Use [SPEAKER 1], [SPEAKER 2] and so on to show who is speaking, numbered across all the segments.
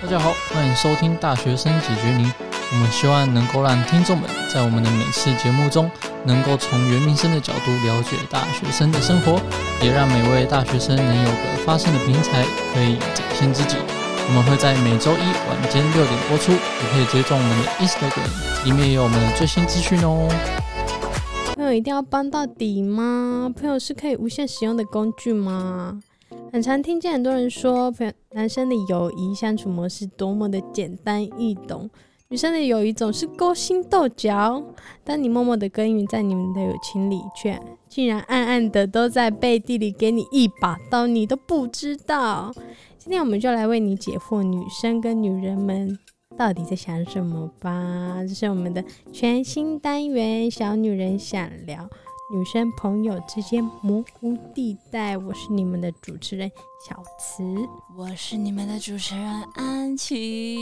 [SPEAKER 1] 大家好，欢迎收听《大学生解决您》，我们希望能够让听众们在我们的每次节目中，能够从原民生的角度了解大学生的生活，也让每位大学生能有个发声的平台，可以展现自己。我们会在每周一晚间六点播出，也可以追踪我们的 Instagram，里面有我们的最新资讯哦。
[SPEAKER 2] 朋友一定要帮到底吗？朋友是可以无限使用的工具吗？很常听见很多人说，朋友男生的友谊相处模式多么的简单易懂，女生的友谊总是勾心斗角。当你默默的耕耘在你们的友情里，却竟然暗暗的都在背地里给你一把刀，你都不知道。今天我们就来为你解惑，女生跟女人们到底在想什么吧。这是我们的全新单元《小女人想聊》，女生朋友之间模糊地带。我是你们的主持人小慈，
[SPEAKER 3] 我是你们的主持人安琪，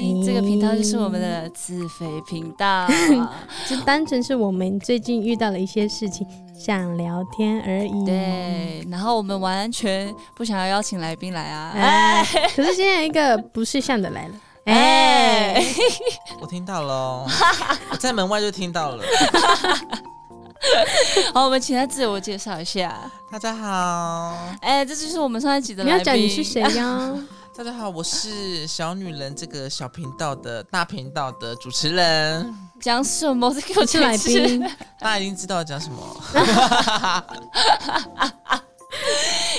[SPEAKER 2] 诶
[SPEAKER 3] 这个频道就是我们的自肥频道，啊
[SPEAKER 2] 就单纯是我们最近遇到了一些事情，想聊天而已。。
[SPEAKER 3] 对。然后我们完全不想要邀请来宾来啊，
[SPEAKER 2] 哎
[SPEAKER 3] 哎，
[SPEAKER 2] 可是现在有一个不识相的来了，哎、
[SPEAKER 3] 哎
[SPEAKER 4] 我听到了哦，我在门外就听到了。
[SPEAKER 3] 好，我们请他自我介绍一下。
[SPEAKER 4] 大家好，
[SPEAKER 3] 哎，这就是我们上一集的
[SPEAKER 2] 你
[SPEAKER 3] 来
[SPEAKER 2] 要
[SPEAKER 3] 宾。
[SPEAKER 2] 讲你是谁呀？
[SPEAKER 4] 大家好，我是小女人这个小频道的大频道的主持人。
[SPEAKER 3] 讲什么？这给我
[SPEAKER 2] 你是来
[SPEAKER 3] 解释。
[SPEAKER 2] 宾，
[SPEAKER 4] 大家已经知道我讲什么，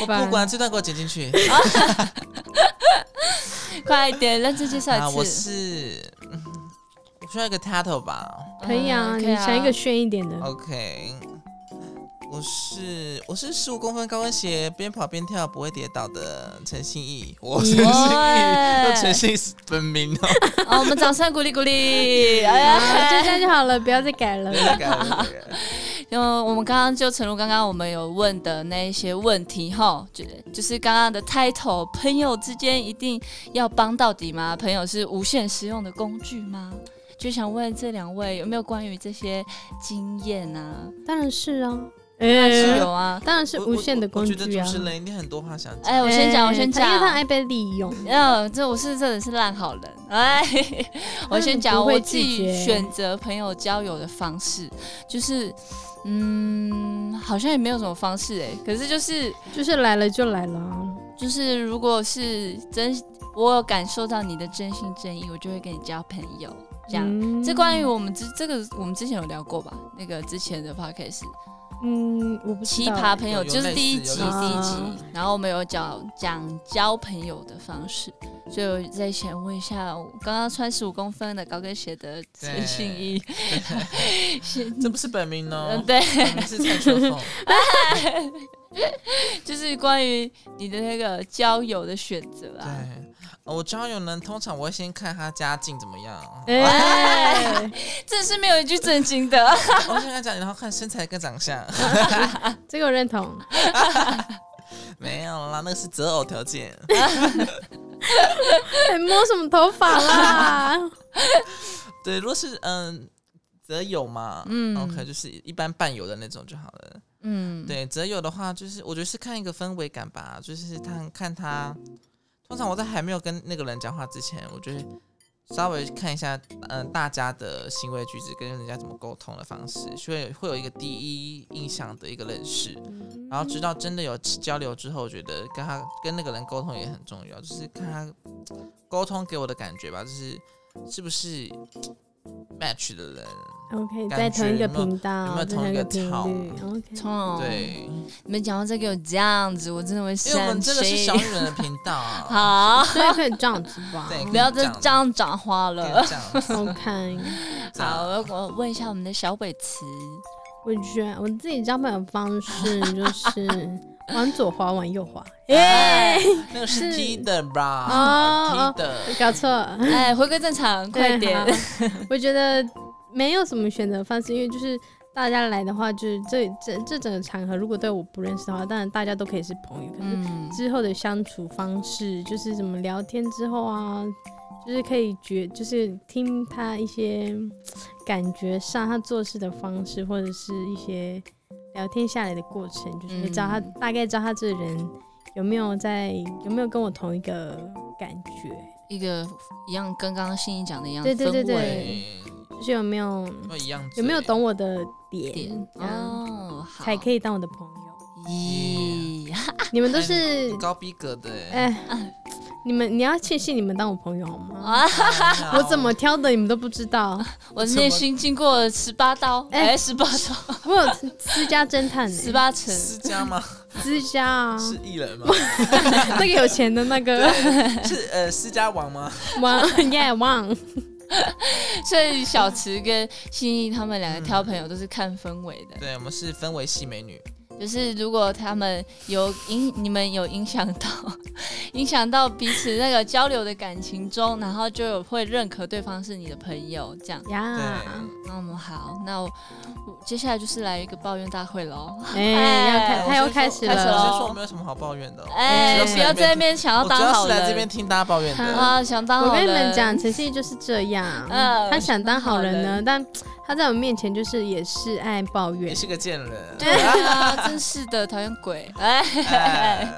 [SPEAKER 2] 我
[SPEAKER 4] 不管这段给我剪进去。
[SPEAKER 3] 快点，认真介绍
[SPEAKER 4] 啊，我
[SPEAKER 3] 一次。
[SPEAKER 4] 是，嗯，我需要一个 title 吧
[SPEAKER 2] 可以啊，
[SPEAKER 3] 嗯
[SPEAKER 2] 你想一个炫一点的，
[SPEAKER 4] 哦？OK，我是我是十五公分高跟鞋，边跑边跳不会跌倒的陈信义，我是陈 信
[SPEAKER 3] 哇
[SPEAKER 4] 义，要陈信义本名哦，
[SPEAKER 3] 好，哦哎我们掌声鼓励鼓 励。哎
[SPEAKER 2] 啊就这样就好了，不要再改了
[SPEAKER 4] 不。要再改了。
[SPEAKER 3] 因为我们刚刚就诚如刚刚我们有问的那一些问题哈，就就是刚刚的 title，朋友之间一定要帮到底吗？朋友是无限实用的工具吗？就想问这两位有没有关于这些经验啊？
[SPEAKER 2] 当然是啊，
[SPEAKER 3] 是
[SPEAKER 2] 哎
[SPEAKER 3] 有啊。
[SPEAKER 2] 当 然是
[SPEAKER 4] 我
[SPEAKER 2] 无限的工具啊。
[SPEAKER 4] 我我觉得主持人一定很多话想 讲。
[SPEAKER 3] 哎，我先讲，我先
[SPEAKER 2] 因为他
[SPEAKER 3] 讲。
[SPEAKER 2] 爱被利用。
[SPEAKER 3] 嗯，这我是真的是烂好人。哎，我先
[SPEAKER 2] 他
[SPEAKER 3] 讲
[SPEAKER 2] 们不会
[SPEAKER 3] 我自己
[SPEAKER 2] 拒绝
[SPEAKER 3] 选择朋友交友的方式，就是嗯，好像也没有什么方式哎、可是就是
[SPEAKER 2] 就是来了就来了啊，
[SPEAKER 3] 就是如果是真，我有感受到你的真心真意，我就会跟你交朋友。这样，
[SPEAKER 2] 嗯
[SPEAKER 3] 这关于我们之这个我们之前有聊过吧？那个之前的 podcast《
[SPEAKER 2] 嗯，我不知
[SPEAKER 3] 奇
[SPEAKER 2] 道
[SPEAKER 3] 葩朋友
[SPEAKER 4] 有》有
[SPEAKER 3] 就是
[SPEAKER 4] 类似
[SPEAKER 3] 第一集，
[SPEAKER 4] 有类
[SPEAKER 2] 似
[SPEAKER 3] 第一集
[SPEAKER 2] 啊，
[SPEAKER 3] 然后我们有讲讲交朋友的方式，所以我在想问一下，我刚刚穿十五公分的高跟鞋的陈信一，是
[SPEAKER 4] 这不是本名哦
[SPEAKER 3] 嗯，，对，
[SPEAKER 4] 本名是蔡秋凤。
[SPEAKER 3] 就是关于你的那个交友的选择
[SPEAKER 4] 对
[SPEAKER 3] 啊。，
[SPEAKER 4] 呃我交友呢，通常我会先看他家境怎么 样，
[SPEAKER 2] 哎，
[SPEAKER 3] 这是没有一句正经的。
[SPEAKER 4] 我先看家境，然后看身材跟长相。
[SPEAKER 2] 这个我认同。
[SPEAKER 4] 没有啦，那个是择偶条件。
[SPEAKER 2] 哎，摸什么头发啦？
[SPEAKER 4] 对，如果是嗯择友嘛，
[SPEAKER 3] 嗯
[SPEAKER 4] 嗯，OK，就是一般伴友的那种就好了。
[SPEAKER 3] 嗯，
[SPEAKER 4] 对，择友的话，就是我觉得是看一个氛围感吧，就是他看他。通常我在还没有跟那个人讲话之前，我觉得稍微看一下，嗯、大家的行为举止跟人家怎么沟通的方式，所以会有一个第一印象的一个认识。 然后直到真的有交流之后，我觉得跟他跟那个人沟通也很重要，就是看他沟通给我的感觉吧，就是是不是 match 的人，
[SPEAKER 2] OK，在
[SPEAKER 4] 感觉
[SPEAKER 2] 同一个
[SPEAKER 4] 有没有
[SPEAKER 2] 频道，
[SPEAKER 4] 有没有
[SPEAKER 2] 在
[SPEAKER 4] 同一
[SPEAKER 2] 一个
[SPEAKER 4] 个
[SPEAKER 2] 频
[SPEAKER 4] 套
[SPEAKER 2] 率？OK，
[SPEAKER 3] 哦，
[SPEAKER 4] 对，
[SPEAKER 3] 你们讲到这个有这样子，我真的会
[SPEAKER 4] 因为我
[SPEAKER 3] 生
[SPEAKER 4] 们
[SPEAKER 3] 气。
[SPEAKER 4] 这个是小女人的频 道
[SPEAKER 3] 好，
[SPEAKER 4] 啊，
[SPEAKER 2] 所以可以这样子 吧
[SPEAKER 4] 对，
[SPEAKER 3] 不要再这样讲话
[SPEAKER 4] 可以
[SPEAKER 3] 了。
[SPEAKER 4] 这样 子。
[SPEAKER 2] ？OK，
[SPEAKER 3] 好，我我问一下我们的小北词，
[SPEAKER 2] 我觉得我自己交朋友方式就是往左滑，往右 滑。
[SPEAKER 4] 哎，那个是
[SPEAKER 2] 是
[SPEAKER 4] T 的吧
[SPEAKER 2] 哦
[SPEAKER 4] ？T 的，
[SPEAKER 2] 搞错，
[SPEAKER 3] 哎，回归正常，快点。
[SPEAKER 2] 对！好我觉得没有什么选择方式，因为就是大家来的话，就是这这这整个场合，如果对我不认识的话，当然大家都可以是朋友。可是
[SPEAKER 3] 嗯，
[SPEAKER 2] 之后的相处方式，就是怎么聊天之后啊，就是可以觉，就是听他一些感觉上他做事的方式，或者是一些聊天下来的过程，就是会知道他、
[SPEAKER 3] 嗯
[SPEAKER 2] 大概知道他这个人有没有在有没有跟我同一个感觉？
[SPEAKER 3] 一个一样跟刚刚欣怡讲的一样，
[SPEAKER 2] 对对对
[SPEAKER 3] 氛
[SPEAKER 2] 对
[SPEAKER 3] 围
[SPEAKER 2] 就是有没有
[SPEAKER 4] 那一样之类的
[SPEAKER 2] 有没有懂？我的点，
[SPEAKER 3] 点
[SPEAKER 2] 这样
[SPEAKER 3] 哦，好，
[SPEAKER 2] 才可以当我的朋友？
[SPEAKER 3] 咦，
[SPEAKER 2] 你们都是
[SPEAKER 4] 很高逼格 的欸，
[SPEAKER 2] 哎、你们你要庆幸你们当我朋友好吗？
[SPEAKER 3] 啊，
[SPEAKER 4] 哎
[SPEAKER 2] 我怎么挑的你们都不知道，
[SPEAKER 3] 我内心经过十八刀，
[SPEAKER 2] 哎
[SPEAKER 3] 哎，十 八刀，
[SPEAKER 2] 我有私家侦探、欸，
[SPEAKER 3] 十八层，
[SPEAKER 4] 是这样吗？
[SPEAKER 2] 私家啊，
[SPEAKER 4] 是艺人 吗？
[SPEAKER 2] 那个有钱的那个
[SPEAKER 4] 是呃私家王吗？
[SPEAKER 2] 王耶王，
[SPEAKER 3] 所以小池跟心意他们两个挑朋友都是看氛围的，
[SPEAKER 4] 对，我们是分为系美女，
[SPEAKER 3] 就是如果他们有影，你们有影响到，影响到彼此那个交流的感情中，然后就有会认可对方是你的朋友这样。
[SPEAKER 4] 对，
[SPEAKER 2] 呀，
[SPEAKER 3] 那我们好，那我我接下来就是来一个抱怨大会喽。
[SPEAKER 2] 哎、
[SPEAKER 3] 哎
[SPEAKER 2] 要开他
[SPEAKER 4] 我
[SPEAKER 2] 又
[SPEAKER 4] 先
[SPEAKER 2] 开
[SPEAKER 4] 说
[SPEAKER 2] 始
[SPEAKER 3] 开始
[SPEAKER 4] 哎我
[SPEAKER 3] 了哦
[SPEAKER 2] 了，
[SPEAKER 4] 先说我没有什么好抱怨的哦，
[SPEAKER 3] 哎、
[SPEAKER 4] 我只
[SPEAKER 3] 不
[SPEAKER 4] 是
[SPEAKER 3] 要在那
[SPEAKER 4] 听
[SPEAKER 3] 边想要
[SPEAKER 4] 我主
[SPEAKER 3] 当
[SPEAKER 4] 要
[SPEAKER 3] 好
[SPEAKER 4] 是来
[SPEAKER 3] 人
[SPEAKER 4] 这边听大家抱怨
[SPEAKER 2] 好
[SPEAKER 4] 的。
[SPEAKER 3] 啊，想当好
[SPEAKER 2] 我
[SPEAKER 3] 人。
[SPEAKER 2] 跟你们讲，陈信就是这样，
[SPEAKER 3] 嗯
[SPEAKER 2] 他想当好人
[SPEAKER 3] 好
[SPEAKER 2] 呢，但他在我面前就是也是爱抱
[SPEAKER 4] 也
[SPEAKER 2] 怨。
[SPEAKER 4] 是个贱人，
[SPEAKER 3] 对啊，真是的，讨厌鬼！哎，
[SPEAKER 4] 哎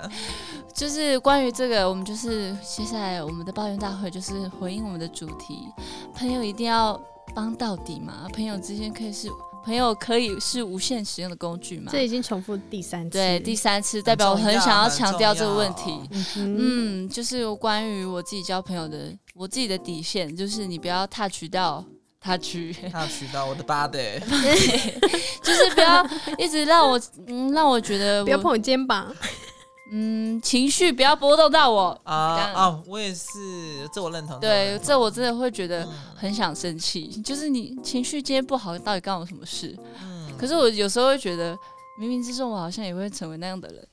[SPEAKER 3] 就是关于这个，我们就是接下来我们的抱怨大会就是回应我们的主题，朋友一定要帮到底嘛，朋友之间可以是朋友可以是无限使用的工具嘛。
[SPEAKER 2] 这已经重复第三次，
[SPEAKER 3] 对，第三次代表我
[SPEAKER 4] 很
[SPEAKER 3] 很
[SPEAKER 4] 重要哦
[SPEAKER 3] 想要
[SPEAKER 4] 很
[SPEAKER 3] 强
[SPEAKER 4] 重
[SPEAKER 3] 调这个问
[SPEAKER 4] 要
[SPEAKER 3] 题。
[SPEAKER 2] 嗯哼，
[SPEAKER 3] 嗯，就是关于我自己交朋友的，我自己的底线就是你不要踏取到踏取，
[SPEAKER 4] 他取到我的 body，
[SPEAKER 3] 就是不要一直让我嗯让我觉得
[SPEAKER 2] 不要
[SPEAKER 3] 我
[SPEAKER 2] 碰我肩膀，
[SPEAKER 3] 嗯情绪不要波动到我。
[SPEAKER 4] 啊
[SPEAKER 3] 这样
[SPEAKER 4] 啊，我也是，这我认同。
[SPEAKER 3] 对，这
[SPEAKER 4] 我
[SPEAKER 3] 我真的会觉得
[SPEAKER 4] 认同
[SPEAKER 3] 很想生气，就是你情绪今天不好，到底干我什么事？
[SPEAKER 4] 嗯，嗯
[SPEAKER 3] 可是我有时候会觉得，冥冥之中我好像也会成为那样的人。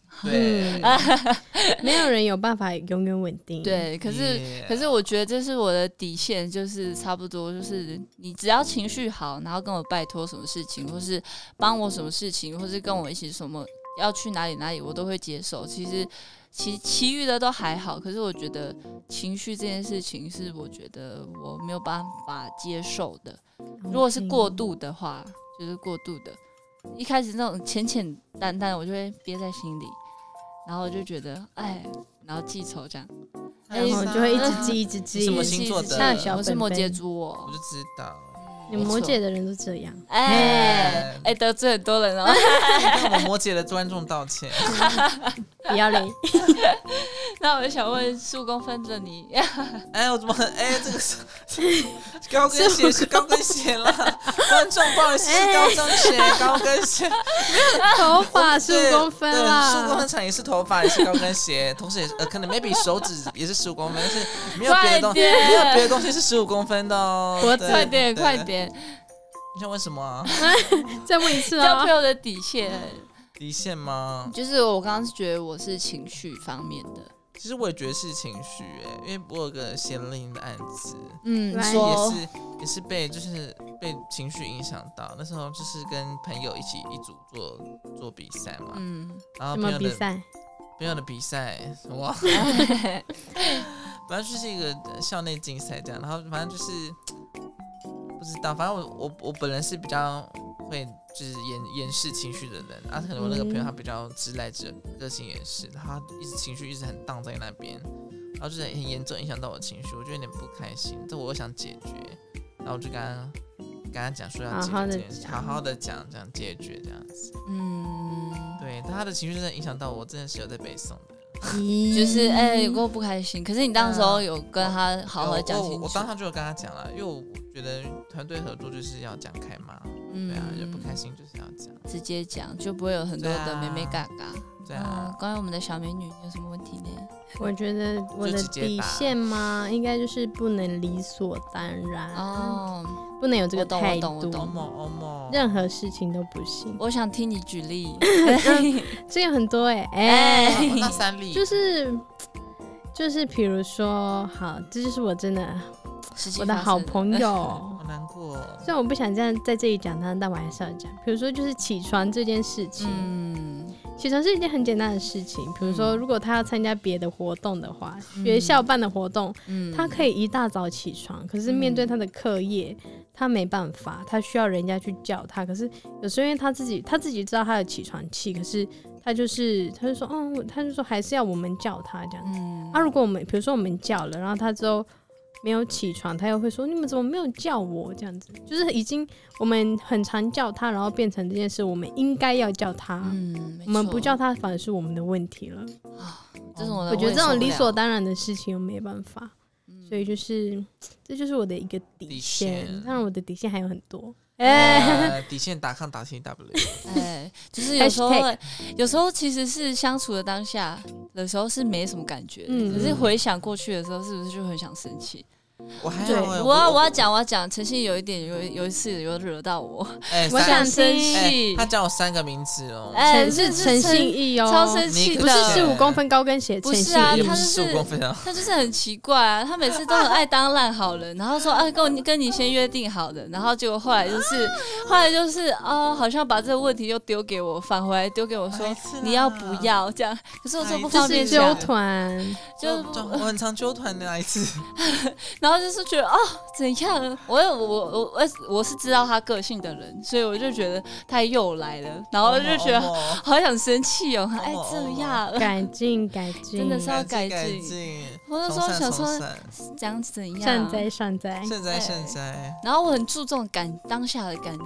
[SPEAKER 4] 对，
[SPEAKER 3] 嗯
[SPEAKER 2] 没有人有办法永远稳定。，
[SPEAKER 3] 对，可是
[SPEAKER 4] Yeah
[SPEAKER 3] 可是我觉得这是我的底线，就是差不多，就是你只要情绪好，然后跟我拜托什么事情，或是帮我什么事情，或是跟我一起什么要去哪里哪里，我都会接受。其实其其余的都还好，可是我觉得情绪这件事情是我觉得我没有办法接受的。
[SPEAKER 2] 哦
[SPEAKER 3] 如果是过，度的话，就是过度的，一开始那种浅浅淡淡，我就会憋在心里，然后我就觉得哎，然后记仇这样。
[SPEAKER 2] 然后哦就会一直记，一直
[SPEAKER 4] 你
[SPEAKER 2] 记
[SPEAKER 4] 什。么星座的
[SPEAKER 2] 像小
[SPEAKER 3] 我是
[SPEAKER 2] 本
[SPEAKER 3] 摩
[SPEAKER 2] 本
[SPEAKER 3] 羯座
[SPEAKER 4] 我
[SPEAKER 3] 哦。
[SPEAKER 4] 就知道。
[SPEAKER 2] 你们
[SPEAKER 3] 没错
[SPEAKER 2] 摩羯的人都这样，
[SPEAKER 3] 哎哎，得罪很多人 哦。
[SPEAKER 4] 那我摩羯的观众道歉，
[SPEAKER 2] 不要 嘞，
[SPEAKER 3] 那我就想问，十五公分的你，
[SPEAKER 4] 哎，我怎么哎这个是高跟鞋是高跟鞋啦，观众不好意思，是高跟鞋
[SPEAKER 3] 哎
[SPEAKER 4] 高跟鞋，
[SPEAKER 2] 头 发十五公分
[SPEAKER 4] 十五公分
[SPEAKER 2] 啦，
[SPEAKER 4] 长也是头发，也是高跟鞋，同时也是呃，可能 maybe 手指也是十五公分，是没有别的东西，
[SPEAKER 3] 快点
[SPEAKER 4] 没有别的东西是十五公分的哦。
[SPEAKER 2] 脖子
[SPEAKER 4] 对
[SPEAKER 3] 快点
[SPEAKER 4] 对啊
[SPEAKER 3] 快点，
[SPEAKER 4] 你想问什么啊？
[SPEAKER 2] 再问一次
[SPEAKER 3] 交
[SPEAKER 2] 啊
[SPEAKER 3] 朋！友的底线
[SPEAKER 4] 底线吗？
[SPEAKER 3] 就是我刚刚是觉得我是情绪方面的，
[SPEAKER 4] 其实我也觉得是情绪哎，因为我有个贤玲的案子，
[SPEAKER 3] 嗯，
[SPEAKER 2] 来
[SPEAKER 4] 也
[SPEAKER 3] 说
[SPEAKER 4] 是也是被就是被情绪影响到，那时候就是跟朋友一起一组做做比赛嘛，
[SPEAKER 3] 嗯，
[SPEAKER 4] 然后
[SPEAKER 2] 什
[SPEAKER 4] 朋
[SPEAKER 2] 么
[SPEAKER 4] 友
[SPEAKER 2] 比
[SPEAKER 4] 的
[SPEAKER 2] 赛？
[SPEAKER 4] 朋友的比赛哇，反正就是一个呃校内竞赛这样，然后反正就是不知道，反正我我我本人是比较会就是掩掩饰情绪的人，啊，可能我那个朋友他比较直来直，个性也是，然后他一直情绪一直很荡在那边，然后就是很严重影响到我情绪，我就有点不开心，这我又想解决，然后我就跟他跟他讲说要解
[SPEAKER 2] 好好地
[SPEAKER 4] 决这件事，
[SPEAKER 2] 讲
[SPEAKER 4] 好好的讲，这样解决这样子，
[SPEAKER 3] 嗯，
[SPEAKER 4] 对，但他的情绪真的影响到我，真的是有在背诵的。
[SPEAKER 2] 咦
[SPEAKER 3] 就是哎，有够不开心。可是你当时候有跟他好好
[SPEAKER 4] 有
[SPEAKER 3] 讲
[SPEAKER 4] 哦我
[SPEAKER 3] 清
[SPEAKER 4] 啊我
[SPEAKER 3] 楚
[SPEAKER 4] 当，下就有跟他讲了，因为我觉得团队合作就是要讲开嘛，对啊，就不开
[SPEAKER 3] 嗯，
[SPEAKER 4] 心就是要讲，
[SPEAKER 3] 直接讲，就不会有很多
[SPEAKER 4] 对
[SPEAKER 3] 的
[SPEAKER 4] 啊
[SPEAKER 3] 妹妹嘎嘎。
[SPEAKER 4] 对啊
[SPEAKER 3] 嗯，关于我们的小美女，你有什么问题呢？
[SPEAKER 2] 我觉得我的
[SPEAKER 4] 就直接
[SPEAKER 2] 底
[SPEAKER 4] 打
[SPEAKER 2] 线嘛，应该就是不能理所当
[SPEAKER 4] 嗯
[SPEAKER 2] 然，
[SPEAKER 3] 哦，
[SPEAKER 2] 不能有这个
[SPEAKER 3] 我懂
[SPEAKER 2] 态
[SPEAKER 3] 我懂我
[SPEAKER 4] 欧
[SPEAKER 3] 懂
[SPEAKER 2] 度，
[SPEAKER 4] 某欧某，
[SPEAKER 2] 任何事情都不行。
[SPEAKER 3] 我想听你举 例。
[SPEAKER 2] 这个很多哎哎，
[SPEAKER 3] 哎，
[SPEAKER 4] 哦那三例
[SPEAKER 2] 就是就是比如说，好，这就是我真的
[SPEAKER 3] 实际
[SPEAKER 2] 我的
[SPEAKER 3] 发生
[SPEAKER 2] 好朋友
[SPEAKER 4] 好。难过哦，
[SPEAKER 2] 虽然我不想这样在这里讲他，但我还是要讲。比如说，就是起床这件事情，
[SPEAKER 3] 嗯，
[SPEAKER 2] 起床是一件很简单的事情。比如说，
[SPEAKER 3] 嗯
[SPEAKER 2] 如果他要参加别的活动的话，
[SPEAKER 3] 嗯
[SPEAKER 2] 学校办的活动，
[SPEAKER 3] 嗯
[SPEAKER 2] 他可以一大早起床，可是面对他的课业，他没办法，他需要人家去叫他。可是有时候因为他自己，他自己知道他的起床气，可是他就是他就说，嗯，我他就说还是要我们叫他这样子。
[SPEAKER 3] 嗯
[SPEAKER 2] 啊，如果我们比如说我们叫了，然后他之后没有起床，他又会说你们怎么没有叫我这样子？就是已经我们很常叫他，然后变成这件事，我们应该要叫他。
[SPEAKER 3] 嗯，没
[SPEAKER 2] 我们不
[SPEAKER 3] 错
[SPEAKER 2] 叫他，反而是我们的问题了。
[SPEAKER 3] 啊，这种的
[SPEAKER 2] 我觉得
[SPEAKER 3] 也
[SPEAKER 2] 这
[SPEAKER 3] 受
[SPEAKER 2] 种
[SPEAKER 3] 不
[SPEAKER 2] 理
[SPEAKER 3] 了
[SPEAKER 2] 所当然的事情，我没办法。
[SPEAKER 3] 嗯
[SPEAKER 2] 所以就是，这就是我的一个底
[SPEAKER 4] 底
[SPEAKER 2] 线。
[SPEAKER 4] 线
[SPEAKER 2] 当然，我的底线还有很多。哎、
[SPEAKER 3] 啊
[SPEAKER 4] 呃，底线打抗打 T W，
[SPEAKER 3] 哎，就是有时候
[SPEAKER 2] Hashtag，
[SPEAKER 3] 有时候其实是相处的当下，有时候是没什么感觉的，
[SPEAKER 2] 嗯
[SPEAKER 3] 可是回想过去的时候，是不是就很想生气？
[SPEAKER 4] 我还
[SPEAKER 2] 对
[SPEAKER 4] 好欸
[SPEAKER 3] 我要我要讲我要讲，陈信有一点有有一次有惹到 我，
[SPEAKER 4] 哎，
[SPEAKER 2] 我
[SPEAKER 4] 三
[SPEAKER 2] 想
[SPEAKER 3] 生
[SPEAKER 2] 听
[SPEAKER 4] 哎
[SPEAKER 3] 气，
[SPEAKER 4] 他叫我三个名字哦，
[SPEAKER 3] 哎
[SPEAKER 2] 陈是陈信义哦，
[SPEAKER 3] 超生
[SPEAKER 4] 你
[SPEAKER 3] 气
[SPEAKER 2] 不是
[SPEAKER 4] 的
[SPEAKER 2] 十五公分高跟鞋，
[SPEAKER 3] 不
[SPEAKER 2] 陈
[SPEAKER 3] 是
[SPEAKER 2] 信
[SPEAKER 3] 啊
[SPEAKER 4] 也
[SPEAKER 2] 义
[SPEAKER 4] 不
[SPEAKER 3] 他
[SPEAKER 4] 是
[SPEAKER 3] 就
[SPEAKER 4] 十
[SPEAKER 3] 是
[SPEAKER 4] 五公分啊，
[SPEAKER 3] 他就是很奇怪啊，他每次都很爱当烂好人，然后说啊，跟我跟你先约定好的，然后结果后来就是，后来就是哦，好像把这个问题又丢给我，返回来丢给我说
[SPEAKER 4] 白痴啊
[SPEAKER 3] 哎你要不要这样，可是我说不
[SPEAKER 4] 他
[SPEAKER 3] 方
[SPEAKER 2] 就
[SPEAKER 3] 便
[SPEAKER 2] 是
[SPEAKER 4] 这样
[SPEAKER 2] 纠
[SPEAKER 3] 讲，
[SPEAKER 2] 团，
[SPEAKER 3] 就
[SPEAKER 4] 就我很常纠团的那 一次，
[SPEAKER 3] 然后就是觉得哦，怎样？我有我我我我是知道他个性的人，所以我就觉得他又来了，然后哦就觉得
[SPEAKER 4] 得
[SPEAKER 3] 好想生气哦，哎，这样。
[SPEAKER 2] 改进改进，
[SPEAKER 3] 真的是要
[SPEAKER 4] 改
[SPEAKER 3] 改进
[SPEAKER 4] 进。
[SPEAKER 3] 我就
[SPEAKER 4] 从
[SPEAKER 3] 说
[SPEAKER 4] 善
[SPEAKER 3] 想
[SPEAKER 4] 从
[SPEAKER 3] 说哎
[SPEAKER 4] 善
[SPEAKER 3] 这样子怎
[SPEAKER 2] 善
[SPEAKER 3] 样？
[SPEAKER 2] 哉善哉。
[SPEAKER 4] 善哉善哉，
[SPEAKER 3] 然后我很注重感当下的感觉，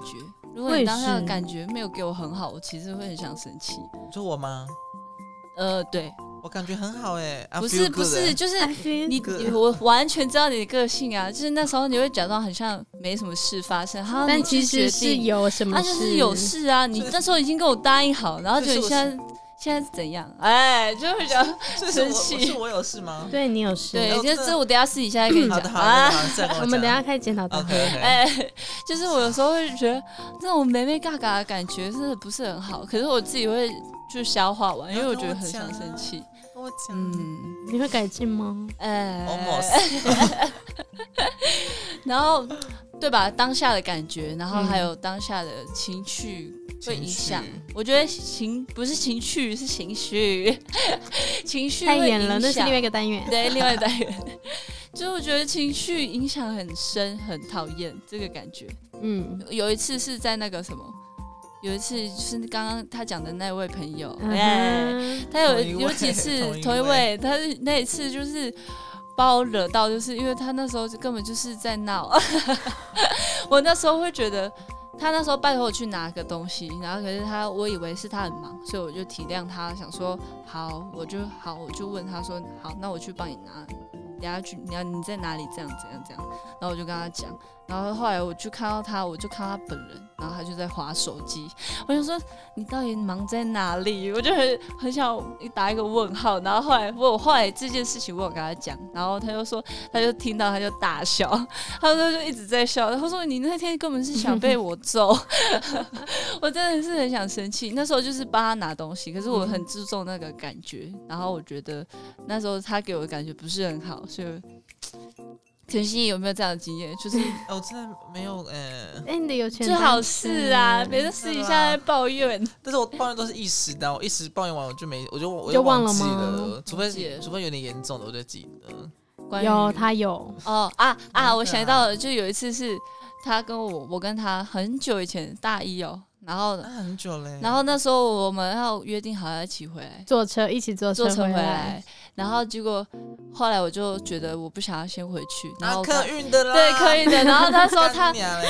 [SPEAKER 3] 如果
[SPEAKER 2] 我也
[SPEAKER 3] 你当下的
[SPEAKER 2] 是
[SPEAKER 3] 感觉没有给我很好，我其实会很想生气。
[SPEAKER 4] 你说我吗？
[SPEAKER 3] 呃，对，
[SPEAKER 4] 我感觉很好哎，I
[SPEAKER 3] 不
[SPEAKER 4] feel
[SPEAKER 3] 是不
[SPEAKER 4] good 欸
[SPEAKER 3] 是，就是
[SPEAKER 2] 哎对
[SPEAKER 3] 你
[SPEAKER 4] 个
[SPEAKER 3] 你我完全知道你的个性啊，就是那时候你会假装很像没什么事发生，哈，
[SPEAKER 2] 但
[SPEAKER 3] 你去
[SPEAKER 2] 其实
[SPEAKER 3] 决定
[SPEAKER 2] 是有什么
[SPEAKER 3] 他
[SPEAKER 2] 事？
[SPEAKER 3] 就是有事啊！你
[SPEAKER 4] 是
[SPEAKER 3] 那时候已经跟我答应好，然后就
[SPEAKER 4] 这是
[SPEAKER 3] 你
[SPEAKER 4] 我
[SPEAKER 3] 现在现在是怎样？哎，就会 讲
[SPEAKER 4] 这欸是我
[SPEAKER 3] 生气
[SPEAKER 4] 是我有事吗？
[SPEAKER 2] 对你有事。
[SPEAKER 3] 对，
[SPEAKER 4] 哦
[SPEAKER 3] 就
[SPEAKER 4] 这
[SPEAKER 3] 这我等一下私底下跟你
[SPEAKER 4] 好
[SPEAKER 3] 讲
[SPEAKER 4] 的好的，
[SPEAKER 3] 啊。
[SPEAKER 4] 好的再跟
[SPEAKER 2] 我们等一下
[SPEAKER 4] 讲
[SPEAKER 2] 开始检讨大
[SPEAKER 4] OK
[SPEAKER 2] 会。
[SPEAKER 4] OK，
[SPEAKER 3] 哎，就是我有时候会觉得那种美美嘎嘎的感觉真的不是很好，可是我自己会就消化完，因为我觉得很想生气。
[SPEAKER 4] 跟我讲
[SPEAKER 3] 嗯，
[SPEAKER 2] 你会改进吗？
[SPEAKER 3] 哎
[SPEAKER 4] ，almost
[SPEAKER 3] 然后对吧？当下的感觉，然后还有当下的情绪会影响
[SPEAKER 4] 情绪。
[SPEAKER 3] 我觉得情不是情绪，是情绪， 情绪
[SPEAKER 2] 太
[SPEAKER 3] 会
[SPEAKER 2] 远了，
[SPEAKER 3] 影
[SPEAKER 2] 那是
[SPEAKER 3] 响
[SPEAKER 2] 另外一个单元。
[SPEAKER 3] 对，另外一单元， 就是我觉得情绪影响很深，很讨厌这个感觉。
[SPEAKER 2] 嗯，
[SPEAKER 3] 有一次是在那个什么，有一次就是刚刚他讲的那位朋友，哎、
[SPEAKER 2] 嗯哼
[SPEAKER 3] 他有
[SPEAKER 4] 同一位
[SPEAKER 3] 有几次
[SPEAKER 4] 同一位
[SPEAKER 3] 同一位，他是那一次就是。把我惹到，就是因为他那时候就根本就是在闹， 我那时候会觉得他那时候拜托我去拿个东西，然后可是他我以为是他很忙，所以我就体谅他，想说好，我就好，我就问他说好，那我去帮你拿，等下去，你要你在哪里？这样怎样怎样？然后我就跟他讲，然后后来我就看到他，我就看到他本人，然后他就在划手机，我想说你到底忙在哪里？我就很很想打一个问号。然后后来我后来这件事情我有跟他讲，然后他就说他就听到他就大笑，他说就一直在笑，他说你那天根本是想被我揍， 我真的是很想生气。那时候就是帮他拿东西，可是我很注重那个感觉，然后我觉得那时候他给我的感觉不是很好，所以。 晨曦有没有这样的经验？就是
[SPEAKER 4] 哎我真的没有呃，
[SPEAKER 2] 哎，你的有钱
[SPEAKER 3] 最好是 啊，别在私底下在抱怨。
[SPEAKER 4] 但是我抱怨都是一时的，啊我一时抱怨完我就没，我就我
[SPEAKER 2] 就忘了
[SPEAKER 4] 忘记
[SPEAKER 2] 吗
[SPEAKER 4] 了，除
[SPEAKER 3] 忘记
[SPEAKER 4] 非
[SPEAKER 3] 了
[SPEAKER 4] 除非有点严重的我就记得。
[SPEAKER 3] 关于
[SPEAKER 2] 有他有，
[SPEAKER 3] 哦啊
[SPEAKER 4] 真的
[SPEAKER 3] 啊！
[SPEAKER 4] 啊
[SPEAKER 3] 我想到了，就有一次是他跟我，我跟他很久以前大一哦，然后
[SPEAKER 4] 那啊很久嘞，
[SPEAKER 3] 然后那时候我们要约定好要一起回来。
[SPEAKER 2] 坐车一起坐
[SPEAKER 3] 坐
[SPEAKER 2] 车
[SPEAKER 3] 车
[SPEAKER 2] 回
[SPEAKER 3] 回
[SPEAKER 2] 来
[SPEAKER 3] 来，，
[SPEAKER 4] 嗯
[SPEAKER 3] 然后结果后来我就觉得我不想要先回去，然后
[SPEAKER 4] 啊
[SPEAKER 3] 我
[SPEAKER 4] 客
[SPEAKER 3] 跟
[SPEAKER 4] 运的啦，
[SPEAKER 3] 对客运的，然后他 说他
[SPEAKER 4] 干你啊娘嘞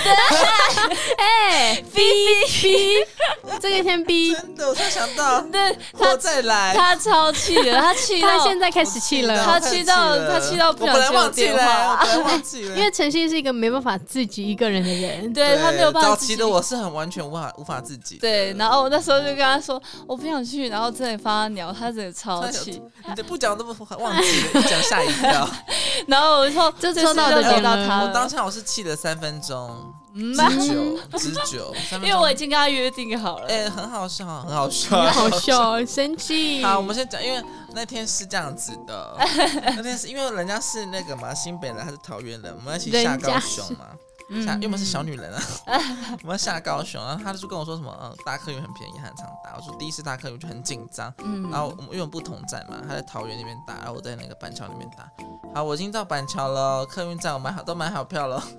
[SPEAKER 3] 哎 B B，
[SPEAKER 2] 这个先 逼，
[SPEAKER 4] 真的，我才想到，
[SPEAKER 3] 对
[SPEAKER 4] 我
[SPEAKER 3] 他
[SPEAKER 4] 再来，
[SPEAKER 3] 他超气的，他气
[SPEAKER 2] 他
[SPEAKER 3] 到
[SPEAKER 2] 现在开始气
[SPEAKER 4] 我
[SPEAKER 2] 了，
[SPEAKER 3] 他
[SPEAKER 4] 太
[SPEAKER 3] 气到
[SPEAKER 4] 了
[SPEAKER 3] 他气到不
[SPEAKER 4] 我
[SPEAKER 3] 想
[SPEAKER 4] 本来
[SPEAKER 3] 接我
[SPEAKER 4] 忘记
[SPEAKER 3] 电
[SPEAKER 4] 了，
[SPEAKER 3] 话
[SPEAKER 4] 我本来忘记 了，
[SPEAKER 2] 因为陈信是一个没办法自己一个人的人，
[SPEAKER 3] 对他没有办法
[SPEAKER 4] 早
[SPEAKER 3] 自
[SPEAKER 4] 期
[SPEAKER 3] 己
[SPEAKER 4] 的我是很完全无法无法自己。
[SPEAKER 3] 对，然后我那时候就跟他说我不想去，然后真的发鸟，他真的超
[SPEAKER 4] 嗯他想
[SPEAKER 3] 气，
[SPEAKER 4] 你的不讲都不忘记了，一讲吓一 跳。
[SPEAKER 3] 然后我说
[SPEAKER 2] 这
[SPEAKER 3] 这
[SPEAKER 2] 抽到的
[SPEAKER 3] 惹
[SPEAKER 2] 点
[SPEAKER 3] 到
[SPEAKER 2] 了
[SPEAKER 3] 他
[SPEAKER 4] 我当
[SPEAKER 3] 了，
[SPEAKER 4] 下我是气了三分钟，
[SPEAKER 3] 嗯
[SPEAKER 4] 之久之久，三分
[SPEAKER 3] 因为我已
[SPEAKER 4] 钟。
[SPEAKER 3] 经跟他约定好了。
[SPEAKER 4] 哎、很好笑，很好 笑，
[SPEAKER 2] 好笑，生气。
[SPEAKER 4] 好，我们先讲，因为那天是这样子的，那天是因为人家是那个嘛，新北人，他是桃园人，我们一起下
[SPEAKER 2] 人家
[SPEAKER 4] 高雄嘛，下，因为我们是小女人啊， 我们下高雄，然后他就跟我说什么，嗯，搭客运很便宜，很常搭，我说第一次搭客运我就很紧张，
[SPEAKER 3] 嗯
[SPEAKER 4] 然后我们因为我们不同站嘛，他在桃园那边打，然后我在那个板桥那边打。好，我已经到板桥了，客运站我买好都买好票了。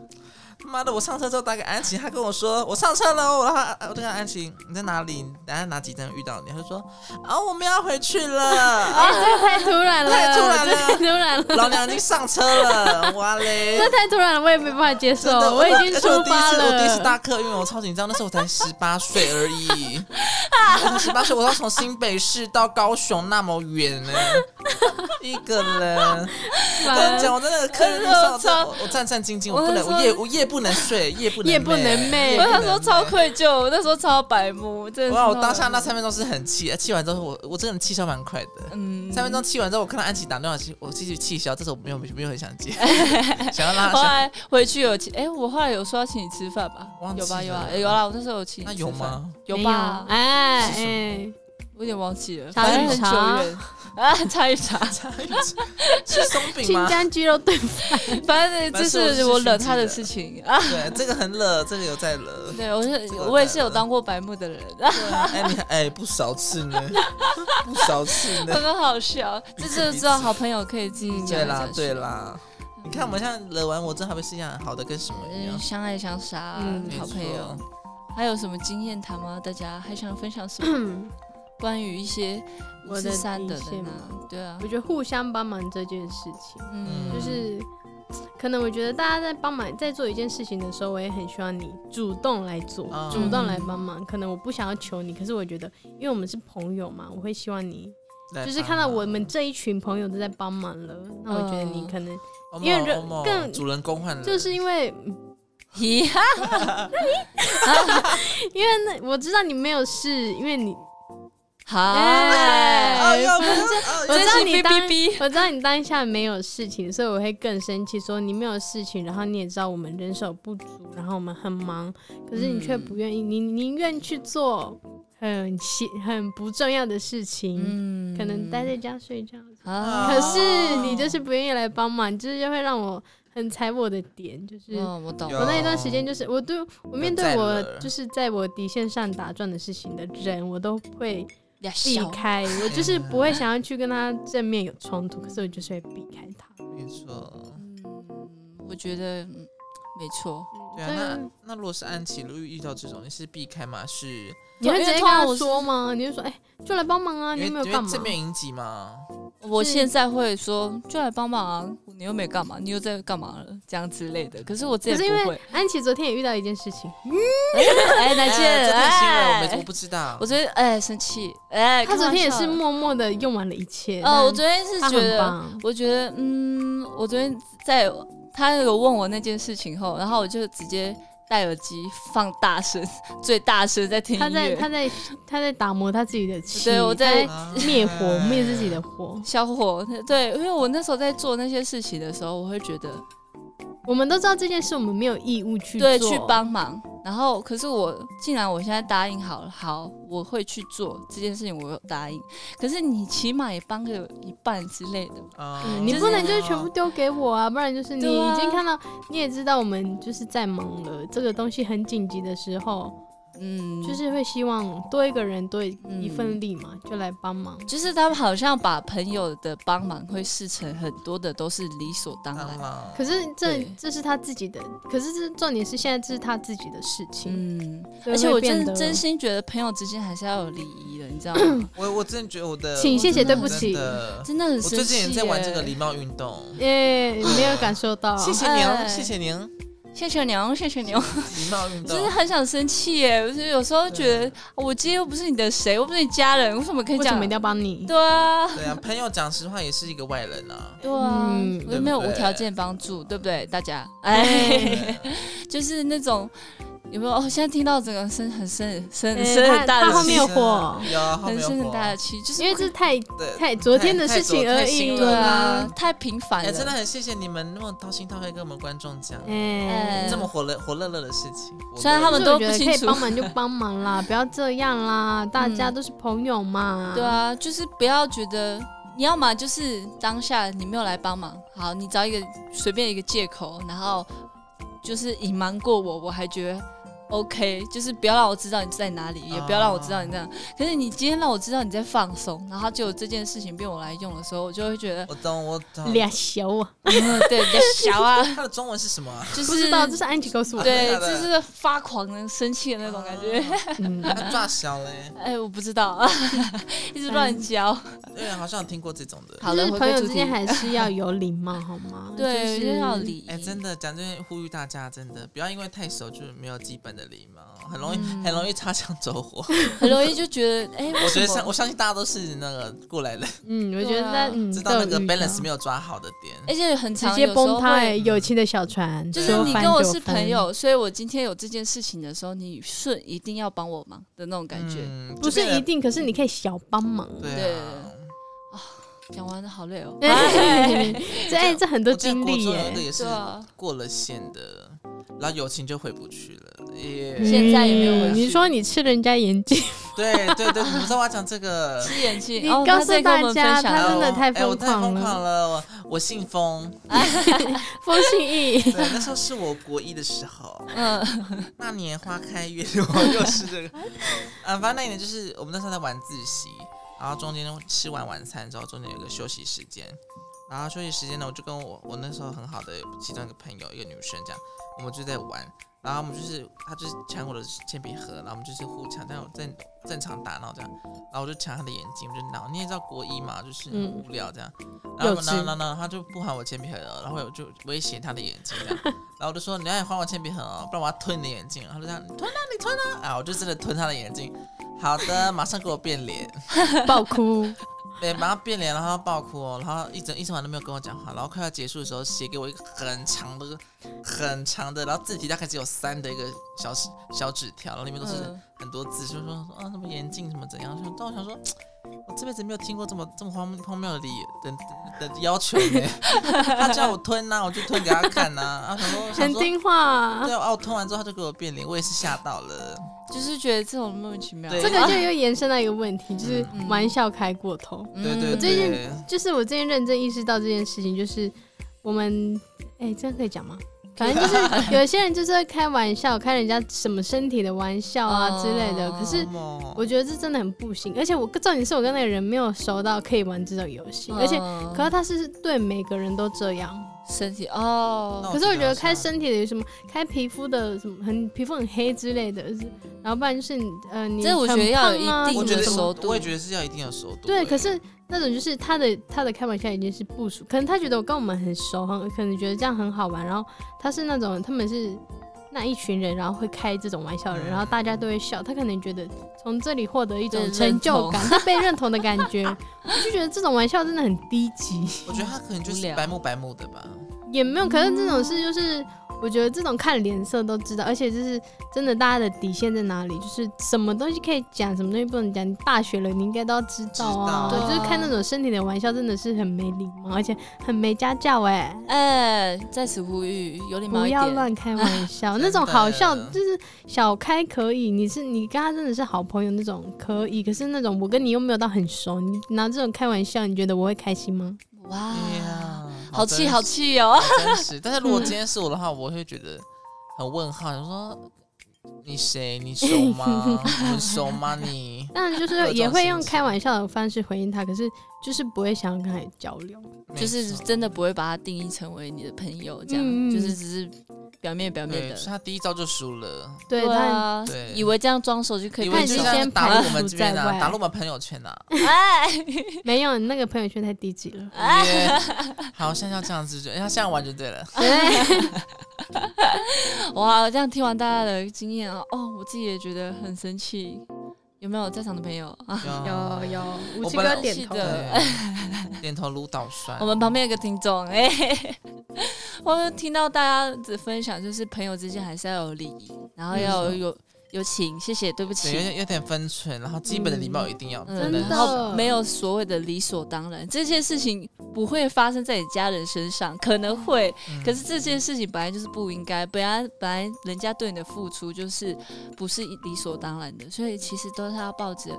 [SPEAKER 4] 妈的，我上车之后打给安琪，她跟我说我上车了，我让她，我就跟安琪你在哪里？等下哪几站遇到你？她就说啊，我们要回去了，
[SPEAKER 2] 哎、这个太突然 了，
[SPEAKER 4] 太突然了
[SPEAKER 2] 这太突然了，
[SPEAKER 4] 老娘已经上车了，哇 嘞！
[SPEAKER 2] 这太突然了，我也没办法接受，
[SPEAKER 4] 真的，
[SPEAKER 2] 我已经出
[SPEAKER 4] 而且我第一
[SPEAKER 2] 发
[SPEAKER 4] 次，我第一次
[SPEAKER 2] 了。
[SPEAKER 4] 搭客运，我超紧张，那时候我才十八岁而已，我 才十八岁，我要从新北市到高雄那么远呢、 一个人。我跟你讲，我在那个客运路上，我真的我战战兢兢，我不能，
[SPEAKER 3] 我那
[SPEAKER 4] 我
[SPEAKER 3] 时
[SPEAKER 4] 夜
[SPEAKER 3] 候
[SPEAKER 4] 我夜不能睡，夜不能
[SPEAKER 2] 夜不能寐
[SPEAKER 3] 我那时候
[SPEAKER 4] 候
[SPEAKER 3] 超。愧疚，我那时候超白目，真的是
[SPEAKER 4] 哇！
[SPEAKER 3] 超白目。
[SPEAKER 4] 我当下那三分钟是很气，气完之后我我真的气消蛮快的。
[SPEAKER 3] 嗯
[SPEAKER 4] 三分钟气完之后，我看到安琪打电话，我继续气消，这时候我没有没有很想 接，想要拉
[SPEAKER 3] 后
[SPEAKER 4] 想
[SPEAKER 3] 来回去有请，哎、我后来有说要请你吃饭吧
[SPEAKER 4] 忘？记
[SPEAKER 3] 有吧？有啊，
[SPEAKER 4] 了
[SPEAKER 3] 有啦，我那时候有请你
[SPEAKER 4] 那
[SPEAKER 3] 吃
[SPEAKER 4] 有
[SPEAKER 3] 饭？
[SPEAKER 4] 吗？
[SPEAKER 3] 有
[SPEAKER 2] 没
[SPEAKER 3] 吧？
[SPEAKER 2] 哎
[SPEAKER 4] 是
[SPEAKER 2] 哎，
[SPEAKER 3] 我有点忘记了，
[SPEAKER 2] 茶
[SPEAKER 3] 反正
[SPEAKER 2] 与
[SPEAKER 3] 很久
[SPEAKER 2] 茶
[SPEAKER 3] 远啊，茶与 茶，
[SPEAKER 4] 是松饼
[SPEAKER 2] 清
[SPEAKER 4] 吗？
[SPEAKER 2] 江鸡肉炖
[SPEAKER 3] 反正这
[SPEAKER 4] 反正我
[SPEAKER 3] 是
[SPEAKER 4] 是
[SPEAKER 3] 我
[SPEAKER 4] 去
[SPEAKER 3] 惹
[SPEAKER 4] 记
[SPEAKER 3] 他的
[SPEAKER 4] 得
[SPEAKER 3] 事 情啊。
[SPEAKER 4] 对，这个很冷，这个有在冷。
[SPEAKER 3] 对，我是
[SPEAKER 4] 这个
[SPEAKER 3] 我也是
[SPEAKER 4] 太
[SPEAKER 3] 有
[SPEAKER 4] 了
[SPEAKER 3] 当过白目的 人，啊，
[SPEAKER 4] 哎、你哎不少次呢， 不少次 呢。
[SPEAKER 3] 很好笑。这就知道好朋友可以自己讲
[SPEAKER 4] 对
[SPEAKER 3] 一
[SPEAKER 4] 啦
[SPEAKER 3] 讲。
[SPEAKER 4] 对，啦，
[SPEAKER 2] 嗯
[SPEAKER 4] 你看我们现在惹完我之后还会是一样好的跟什么一
[SPEAKER 3] 嗯，
[SPEAKER 4] 样？
[SPEAKER 3] 相爱相杀啊，
[SPEAKER 2] 嗯
[SPEAKER 4] 没
[SPEAKER 3] 好朋友。
[SPEAKER 4] 错，
[SPEAKER 3] 还有什么经验谈吗？大家还想分享什么
[SPEAKER 2] 粉。
[SPEAKER 3] 关于一些五
[SPEAKER 2] 我的
[SPEAKER 3] 四三
[SPEAKER 2] 底
[SPEAKER 3] 的人
[SPEAKER 2] 线
[SPEAKER 3] 啊？对啊
[SPEAKER 2] 我，觉得互相帮忙这件事情，
[SPEAKER 3] 嗯，
[SPEAKER 2] 就是可能我觉得大家在帮忙在做一件事情的时候，我也很希望你主动来做，
[SPEAKER 4] 嗯
[SPEAKER 2] 主动来帮忙。可能我不想要求你，可是我觉得，因为我们是朋友嘛，我会希望你
[SPEAKER 4] 来
[SPEAKER 2] 就是
[SPEAKER 4] 帮
[SPEAKER 2] 看到
[SPEAKER 4] 忙
[SPEAKER 2] 我们这一群朋友都在帮忙了，那我觉得你
[SPEAKER 3] 嗯
[SPEAKER 2] 可能
[SPEAKER 4] 欧
[SPEAKER 2] 因为
[SPEAKER 4] 某
[SPEAKER 2] 人
[SPEAKER 4] 欧某
[SPEAKER 2] 更
[SPEAKER 4] 主人公换人，
[SPEAKER 2] 就是因为
[SPEAKER 3] 咦哈，
[SPEAKER 2] 因为那我知道你没有事，因为你
[SPEAKER 3] 好，
[SPEAKER 2] 哎
[SPEAKER 3] 哦
[SPEAKER 4] 哎呦，不是
[SPEAKER 2] 我
[SPEAKER 4] 哎
[SPEAKER 2] 知
[SPEAKER 4] 呦
[SPEAKER 2] 道你当
[SPEAKER 3] 哔哔哔
[SPEAKER 2] 我知道你当下没有事情，所以我会更生气，说你没有事情，然后你也知道我们人手不足，然后我们很忙，可是你却不愿意，你宁愿去做很奇很不重要的事情，
[SPEAKER 3] 嗯
[SPEAKER 2] 可能待在家睡觉，
[SPEAKER 3] 啊，
[SPEAKER 2] 可是你就是不愿意来帮忙，就是就会让我很踩我的点，就是。
[SPEAKER 3] 嗯，我懂
[SPEAKER 4] 有
[SPEAKER 2] 我那一段时间就是，我对我面对
[SPEAKER 4] 在
[SPEAKER 2] 我
[SPEAKER 4] 了
[SPEAKER 2] 就是在我底线上打转的事情的人，我都会
[SPEAKER 3] 俩
[SPEAKER 2] 避
[SPEAKER 3] 小
[SPEAKER 2] 开，我就是不会想要去跟他正面有冲突，可是我就是会避开他。
[SPEAKER 4] 没错。
[SPEAKER 3] 嗯，我觉得嗯没错，
[SPEAKER 4] 对啊，那那如果是安琪，如果遇到这种，你是避开吗？是
[SPEAKER 2] 你会直接跟
[SPEAKER 3] 因为通常
[SPEAKER 2] 他
[SPEAKER 3] 我是
[SPEAKER 2] 说吗？你就说，哎、就来帮忙啊，
[SPEAKER 4] 因
[SPEAKER 2] 你
[SPEAKER 4] 为
[SPEAKER 2] 有没有
[SPEAKER 4] 因
[SPEAKER 2] 干
[SPEAKER 4] 为
[SPEAKER 2] 嘛
[SPEAKER 4] 正？面迎击吗？
[SPEAKER 3] 我
[SPEAKER 2] 是
[SPEAKER 3] 现在会说就来帮忙啊，你又没干嘛，你又在干嘛了，这样之类的。可是我自
[SPEAKER 2] 可
[SPEAKER 3] 己
[SPEAKER 2] 是
[SPEAKER 3] 也
[SPEAKER 2] 因
[SPEAKER 3] 不
[SPEAKER 2] 为
[SPEAKER 3] 会。
[SPEAKER 2] 安琪昨天也遇到一件事情，
[SPEAKER 3] 哎，南
[SPEAKER 4] 哎
[SPEAKER 3] 倩，
[SPEAKER 4] 这太新了，我没我
[SPEAKER 3] 哎，
[SPEAKER 4] 不知道
[SPEAKER 3] 我。昨天哎生气，哎，
[SPEAKER 2] 他昨天也
[SPEAKER 3] 开玩笑
[SPEAKER 2] 是默默的用完了一切。
[SPEAKER 3] 哦，我
[SPEAKER 2] 但
[SPEAKER 3] 昨天是
[SPEAKER 2] 他
[SPEAKER 3] 觉
[SPEAKER 2] 很
[SPEAKER 3] 得，
[SPEAKER 2] 棒，
[SPEAKER 3] 我觉得嗯，我昨天在他有问我那件事情后，然后我就直接戴耳机放大声，最大声在听音乐。
[SPEAKER 2] 他在他在他在打磨他自己的气，
[SPEAKER 3] 对我在
[SPEAKER 2] 他
[SPEAKER 4] 啊
[SPEAKER 2] 灭火灭自己的火。
[SPEAKER 3] 小火，对，因为我那时候在做那些事情的时候，我会觉得
[SPEAKER 2] 我们都知道这件事，我们没有义务去
[SPEAKER 3] 对
[SPEAKER 2] 做
[SPEAKER 3] 去帮忙，然后可是我既然我现在答应好了，好，我会去做这件事情，我有答应。可是你起码也帮个一半之类的，
[SPEAKER 4] 啊
[SPEAKER 3] 哎
[SPEAKER 2] 嗯你不能就是全部丢给我啊，不然就是你
[SPEAKER 3] 对啊
[SPEAKER 2] 已经看到，你也知道我们就是在忙了，这个东西很紧急的时候，
[SPEAKER 3] 嗯，
[SPEAKER 2] 就是会希望多一个人多
[SPEAKER 3] 嗯
[SPEAKER 2] 一份力嘛，就来帮忙。
[SPEAKER 3] 就是他们好像把朋友的帮忙会视成很多的都是理所当然
[SPEAKER 4] 当，然
[SPEAKER 2] 可是这
[SPEAKER 3] 对
[SPEAKER 2] 这是他自己的，可是这重点是现在这是他自己的事情，
[SPEAKER 3] 嗯，
[SPEAKER 2] 所以
[SPEAKER 3] 而且我
[SPEAKER 2] 会变
[SPEAKER 3] 真
[SPEAKER 2] 得
[SPEAKER 3] 真心觉得朋友之间还是要有礼仪的，你知道 吗？
[SPEAKER 4] 我我真的觉得我的，
[SPEAKER 2] 请谢谢
[SPEAKER 4] 我真的
[SPEAKER 2] 对不起
[SPEAKER 4] 真的
[SPEAKER 3] 真的很
[SPEAKER 4] 我
[SPEAKER 3] 生气耶。
[SPEAKER 4] 最近也在玩这个礼貌运动。
[SPEAKER 2] 耶没有感受 到，
[SPEAKER 4] 谢谢您哦，
[SPEAKER 3] 哎
[SPEAKER 4] 谢谢您，
[SPEAKER 3] 谢谢娘，谢谢娘。
[SPEAKER 4] 礼貌运
[SPEAKER 3] 真的
[SPEAKER 4] 动。
[SPEAKER 3] 很想生气耶！我就是有时候觉得啊
[SPEAKER 4] 对
[SPEAKER 3] 我今天又不是你的谁，我不是你家人，为什么可以
[SPEAKER 2] 为
[SPEAKER 3] 这
[SPEAKER 2] 什
[SPEAKER 3] 样
[SPEAKER 2] 么一定？要帮你？
[SPEAKER 3] 对啊，
[SPEAKER 4] 对啊，朋友讲实话也是一个外人啊。
[SPEAKER 3] 对啊，
[SPEAKER 2] 嗯
[SPEAKER 3] 我又没有
[SPEAKER 4] 对不
[SPEAKER 3] 无
[SPEAKER 4] 对
[SPEAKER 3] 条件帮助，对不对？大家，哎， 就是那种有没有？哦，现在听到整个声很深
[SPEAKER 2] 哎
[SPEAKER 3] 很深很大
[SPEAKER 2] 他后
[SPEAKER 3] 的
[SPEAKER 2] 面
[SPEAKER 3] 气，
[SPEAKER 2] 有火
[SPEAKER 4] 啊有后
[SPEAKER 3] 很
[SPEAKER 4] 哦面有
[SPEAKER 3] 深很
[SPEAKER 4] 火，
[SPEAKER 3] 大的气，就是
[SPEAKER 2] 因为这太
[SPEAKER 4] 对哎
[SPEAKER 2] 太昨天的
[SPEAKER 4] 太
[SPEAKER 2] 事情而
[SPEAKER 4] 太新
[SPEAKER 2] 已，
[SPEAKER 4] 了
[SPEAKER 3] 对
[SPEAKER 4] 啦
[SPEAKER 3] 啊，太频繁
[SPEAKER 4] 哎，真的
[SPEAKER 3] 了。
[SPEAKER 4] 很谢谢你们那么掏心掏肺跟我们观众讲
[SPEAKER 2] 哎
[SPEAKER 3] 哎
[SPEAKER 4] 这么火热火热热的事情。火热
[SPEAKER 3] 虽然他们
[SPEAKER 2] 就是我
[SPEAKER 3] 都
[SPEAKER 2] 觉
[SPEAKER 3] 不
[SPEAKER 2] 得
[SPEAKER 3] 清
[SPEAKER 2] 可以
[SPEAKER 3] 楚
[SPEAKER 2] 帮忙就帮忙啦，不要这样 啦，大家
[SPEAKER 3] 嗯
[SPEAKER 2] 都是朋友嘛。
[SPEAKER 3] 对，啊，就是不要觉得你要么就是当下你没有来帮忙，好，你找一个随便一个借口，然后就是隐瞒过我，我还觉得 OK，就是不要让我知道你在哪
[SPEAKER 4] 啊
[SPEAKER 3] 里，也不要让我知道你这样。可是你今天让我知道你在放松，然后就这件事情被我来用的时候，我就会 觉得，
[SPEAKER 4] 我懂，我懂。
[SPEAKER 2] 俩小啊，
[SPEAKER 3] 嗯，对，比较小啊，
[SPEAKER 4] 它的中文是什么啊？
[SPEAKER 3] 就是
[SPEAKER 2] 不知道，这是安吉告诉我的。
[SPEAKER 3] 对，
[SPEAKER 4] 真的假
[SPEAKER 3] 就
[SPEAKER 4] 的
[SPEAKER 3] 是发狂、能生气的那种感觉。
[SPEAKER 4] 啊
[SPEAKER 2] 嗯，
[SPEAKER 4] 它抓小嘞。
[SPEAKER 3] 哎，我不知道， 一直
[SPEAKER 2] 嗯
[SPEAKER 3] 乱教。
[SPEAKER 4] 对，好像有听过这种的。
[SPEAKER 3] 好
[SPEAKER 2] 就
[SPEAKER 3] 了，
[SPEAKER 2] 是
[SPEAKER 3] 回
[SPEAKER 2] 朋
[SPEAKER 3] 归
[SPEAKER 2] 友
[SPEAKER 3] 主
[SPEAKER 2] 之间
[SPEAKER 3] 题
[SPEAKER 2] 还是要有礼貌，好 吗？
[SPEAKER 3] 对，
[SPEAKER 2] 就是
[SPEAKER 3] 就是要礼仪。
[SPEAKER 4] 哎，真的，讲这边呼吁大家，真
[SPEAKER 2] 嗯
[SPEAKER 4] 的不要因为太熟就没有基本的礼貌，很容易很容易擦枪 走火。
[SPEAKER 3] 很容易就觉得，哎、
[SPEAKER 4] 我觉得
[SPEAKER 3] 为什
[SPEAKER 4] 像
[SPEAKER 3] 么
[SPEAKER 4] 我相信大家都是那个过来人，
[SPEAKER 2] 嗯，我觉
[SPEAKER 3] 对
[SPEAKER 2] 得
[SPEAKER 3] 啊
[SPEAKER 2] 在嗯，
[SPEAKER 4] 知道那
[SPEAKER 2] 都
[SPEAKER 4] 个
[SPEAKER 2] 有遇到哎
[SPEAKER 4] balance 没有抓好的点。
[SPEAKER 3] 而且很
[SPEAKER 2] 直
[SPEAKER 3] 常
[SPEAKER 2] 接
[SPEAKER 3] 有时候
[SPEAKER 2] 崩塌哎，
[SPEAKER 3] 会
[SPEAKER 2] 友情的小船，
[SPEAKER 3] 就是
[SPEAKER 2] 说
[SPEAKER 3] 你
[SPEAKER 2] 翻
[SPEAKER 3] 跟我
[SPEAKER 2] 就是翻
[SPEAKER 3] 朋，友，所以我今天有这件事情的时候，你顺一定要帮我忙的那种感觉。
[SPEAKER 4] 嗯
[SPEAKER 2] 不是
[SPEAKER 4] 这边的
[SPEAKER 2] 一定，可是你可以小帮 忙。
[SPEAKER 4] 对啊。
[SPEAKER 3] 讲、完了好累哦，
[SPEAKER 2] 哎 这哎，这很多
[SPEAKER 4] 我记得
[SPEAKER 2] 经
[SPEAKER 4] 国
[SPEAKER 2] 历
[SPEAKER 4] 中有一
[SPEAKER 2] 耶
[SPEAKER 4] 个，也是
[SPEAKER 3] 对啊，
[SPEAKER 4] 过了线的，然后友情就回不去了。耶、
[SPEAKER 3] 嗯现在也没有回
[SPEAKER 2] 嗯
[SPEAKER 3] 去
[SPEAKER 2] 你说你吃人家眼 睛，
[SPEAKER 4] 对对对，你不知道我要讲这个。
[SPEAKER 3] 吃眼镜。
[SPEAKER 2] 你
[SPEAKER 3] 哦
[SPEAKER 2] 告
[SPEAKER 3] 他
[SPEAKER 2] 诉
[SPEAKER 3] 在跟我们
[SPEAKER 2] 大家
[SPEAKER 3] 分享
[SPEAKER 2] 他真
[SPEAKER 3] 了，
[SPEAKER 2] 的
[SPEAKER 4] 哎
[SPEAKER 2] 太
[SPEAKER 4] 我
[SPEAKER 2] 疯
[SPEAKER 4] 太
[SPEAKER 2] 狂
[SPEAKER 4] 疯狂
[SPEAKER 2] 了，
[SPEAKER 4] 了，我我姓风。
[SPEAKER 2] 风信义
[SPEAKER 4] 对，那时候是我国一的时候，
[SPEAKER 3] 嗯，
[SPEAKER 4] 那年花开月落，又是这个。啊，反正那一年就是我们那时候在晚自习，然后中间吃完晚餐之后，中间有一个休息时间。然后休息时间呢，我就跟我我那时候很好的其中一个朋友，一个女生这样，我们就在玩。然后我们就是她就是抢我的铅笔盒，然后我们就是互抢，但我正正常打闹这样。然后我就抢她的眼睛，我们就闹。你也知道国一嘛，就是很
[SPEAKER 2] 嗯
[SPEAKER 4] 无聊这样。然后
[SPEAKER 2] 幼
[SPEAKER 4] 我
[SPEAKER 2] 稚
[SPEAKER 4] 闹闹闹，她就不还我铅笔盒了，然后我就威胁她的眼睛这样。然后我就说你要还我铅笔盒哦，不然我要吞你的眼镜。然后她就这样你吞啊，你吞啊，啊，我就真的吞她的眼镜。好的，马上给我变脸。
[SPEAKER 2] 爆哭，
[SPEAKER 4] 对，马上变脸，然后爆哭、哦，然后一整一整晚都没有跟我讲话，然后快要结束的时候，写给我一个很长的、很长的，然后字体大概只有三的一个小纸小纸条，然后里面都是
[SPEAKER 3] 嗯
[SPEAKER 4] 很多字，就说啊什么眼镜什么怎样，但我想说，我这辈子没有听过这么这么荒荒谬的理的的的要求呢， 他叫我吞啊呐、我就吞给他看呐、啊，然后想
[SPEAKER 2] 很
[SPEAKER 4] 说。
[SPEAKER 2] 听话
[SPEAKER 4] 对。啊，我吞完之后他就给我变脸，我也是吓到了。
[SPEAKER 3] 就是觉得这种莫名其妙。
[SPEAKER 4] 对
[SPEAKER 2] 这个就又延伸到一个问题，就是
[SPEAKER 3] 嗯
[SPEAKER 2] 玩笑开过头。
[SPEAKER 3] 嗯
[SPEAKER 4] 对对
[SPEAKER 2] 我最近
[SPEAKER 4] 对，
[SPEAKER 2] 就是我最近认真意识到这件事情，就是我们哎、这样可以讲 吗？反正就是有些人就是会开玩笑，开人家什么身体的玩笑啊之类的。
[SPEAKER 3] 哦
[SPEAKER 2] 可是
[SPEAKER 4] 哦
[SPEAKER 2] 我觉得这真的很不行，而且我重点是我跟那个人没有熟到可以玩这种游戏，
[SPEAKER 3] 嗯
[SPEAKER 2] 而且可是他是对每个人都这样。
[SPEAKER 3] 身体哦，
[SPEAKER 4] 那
[SPEAKER 2] 可是我
[SPEAKER 4] 记
[SPEAKER 2] 觉
[SPEAKER 4] 得
[SPEAKER 2] 得
[SPEAKER 4] 是
[SPEAKER 2] 开
[SPEAKER 4] 这样
[SPEAKER 2] 身体的有什么，开皮肤的什么很皮肤很黑之类的，就是然后不然就是你呃你
[SPEAKER 3] 这我觉得
[SPEAKER 2] 很
[SPEAKER 3] 要有
[SPEAKER 2] 胖啊
[SPEAKER 3] 一定
[SPEAKER 4] 我
[SPEAKER 2] 什
[SPEAKER 4] 觉
[SPEAKER 2] 么
[SPEAKER 4] 得
[SPEAKER 2] 什么
[SPEAKER 3] 熟度
[SPEAKER 4] 我也觉得是要一定要熟度欸。
[SPEAKER 2] 对，可是那种就是他的他的开玩笑已经是不熟，可能他觉得我跟我们很熟，很可能觉得这样很好玩，然后他是那种他们是那一群人，然后会开这种玩笑的人，
[SPEAKER 4] 嗯
[SPEAKER 2] 然后大家都会笑，他可能觉得从这里获得一种
[SPEAKER 3] 被
[SPEAKER 2] 成
[SPEAKER 3] 认
[SPEAKER 2] 就
[SPEAKER 3] 同
[SPEAKER 2] 感，他被认同的感 觉，我就觉得这种玩笑真的很低级，
[SPEAKER 4] 我觉得他可能就
[SPEAKER 3] 无
[SPEAKER 4] 是
[SPEAKER 3] 聊
[SPEAKER 4] 白目白目的吧。
[SPEAKER 2] 也没有，可是这种事就是。我觉得这种看脸色都知道，而且就是真的，大家的底线在哪里？就是什么东西可以讲，什么东西不能讲。你大学了，你应该都要知道啊。
[SPEAKER 4] 知
[SPEAKER 2] 对，
[SPEAKER 4] 道
[SPEAKER 2] 就是开那种身体的玩笑，真的是很没礼貌，而且很没家教哎、
[SPEAKER 3] 哎、在此呼吁，有礼貌
[SPEAKER 2] 不
[SPEAKER 3] 一
[SPEAKER 2] 要
[SPEAKER 3] 点。
[SPEAKER 2] 乱开玩笑，
[SPEAKER 4] 真
[SPEAKER 2] 那
[SPEAKER 4] 的
[SPEAKER 2] 种好笑就是小开可以，你是你跟他真的是好朋友那种可以，可是那种我跟你又没有到很熟，你拿这种开玩笑，你觉得我会开心吗？
[SPEAKER 3] 哇
[SPEAKER 4] 对哎呀，
[SPEAKER 3] 啊好
[SPEAKER 4] 真
[SPEAKER 3] 气
[SPEAKER 4] 实
[SPEAKER 3] 好，气哦！
[SPEAKER 4] 好真实。但是如果今天是我的话，我会觉得很问号，想说你谁？你熟 吗？我们熟吗？你
[SPEAKER 2] 当然就
[SPEAKER 4] 有
[SPEAKER 2] 是
[SPEAKER 4] 这种
[SPEAKER 2] 也会用
[SPEAKER 4] 心情
[SPEAKER 2] 开玩笑的方式回应他，可是就是不会想要跟他交流。
[SPEAKER 3] 就是
[SPEAKER 4] 没错
[SPEAKER 3] 真的不会把它定义成为你的朋友，这样、
[SPEAKER 2] 嗯嗯
[SPEAKER 3] 就是只是表面表面
[SPEAKER 4] 对，
[SPEAKER 3] 的
[SPEAKER 4] 所以。他第一招就输了，
[SPEAKER 2] 对他，
[SPEAKER 3] 啊
[SPEAKER 4] 对
[SPEAKER 3] 以为这样装熟就可以
[SPEAKER 4] 以
[SPEAKER 3] 被
[SPEAKER 4] 为
[SPEAKER 2] 看
[SPEAKER 4] 就
[SPEAKER 2] 你
[SPEAKER 4] 是
[SPEAKER 2] 是
[SPEAKER 3] 接受
[SPEAKER 2] 先
[SPEAKER 4] 要打入
[SPEAKER 2] 排
[SPEAKER 4] 我们
[SPEAKER 2] 除
[SPEAKER 4] 这边
[SPEAKER 2] 在外
[SPEAKER 4] 啊，打入我们朋友圈啊。
[SPEAKER 3] 哎，
[SPEAKER 2] 没有那个朋友圈太低级 了。
[SPEAKER 4] 耶好，现在要这样子，就哎他现在玩就对了。
[SPEAKER 3] 哇！这样听完大家的经验啊，哦，我自己也觉得很生气。有没有在场的朋友
[SPEAKER 4] 哎
[SPEAKER 3] 啊？
[SPEAKER 2] 有有， 吴
[SPEAKER 4] 我
[SPEAKER 2] 奇
[SPEAKER 4] 本来
[SPEAKER 2] 哥点头
[SPEAKER 3] 是。的
[SPEAKER 4] 对点头如捣蒜
[SPEAKER 3] 我。们旁边有个听众，哎、 我们听到大家的分享，就是朋友之间还是要有礼仪，然后要有有有请，谢谢，对不
[SPEAKER 4] 对，有
[SPEAKER 3] 起，
[SPEAKER 4] 点有点分寸，然后基本的礼貌一定要，不
[SPEAKER 3] 嗯
[SPEAKER 4] 能
[SPEAKER 2] 真
[SPEAKER 3] 然
[SPEAKER 2] 的
[SPEAKER 3] 后没有所谓的理所当然，这件事情不会发生在你家人身上，可能会，
[SPEAKER 4] 嗯
[SPEAKER 3] 可是这件事情本来就是不应该，本来本来人家对你的付出就是不是理所当然的，所以其实都是要抱着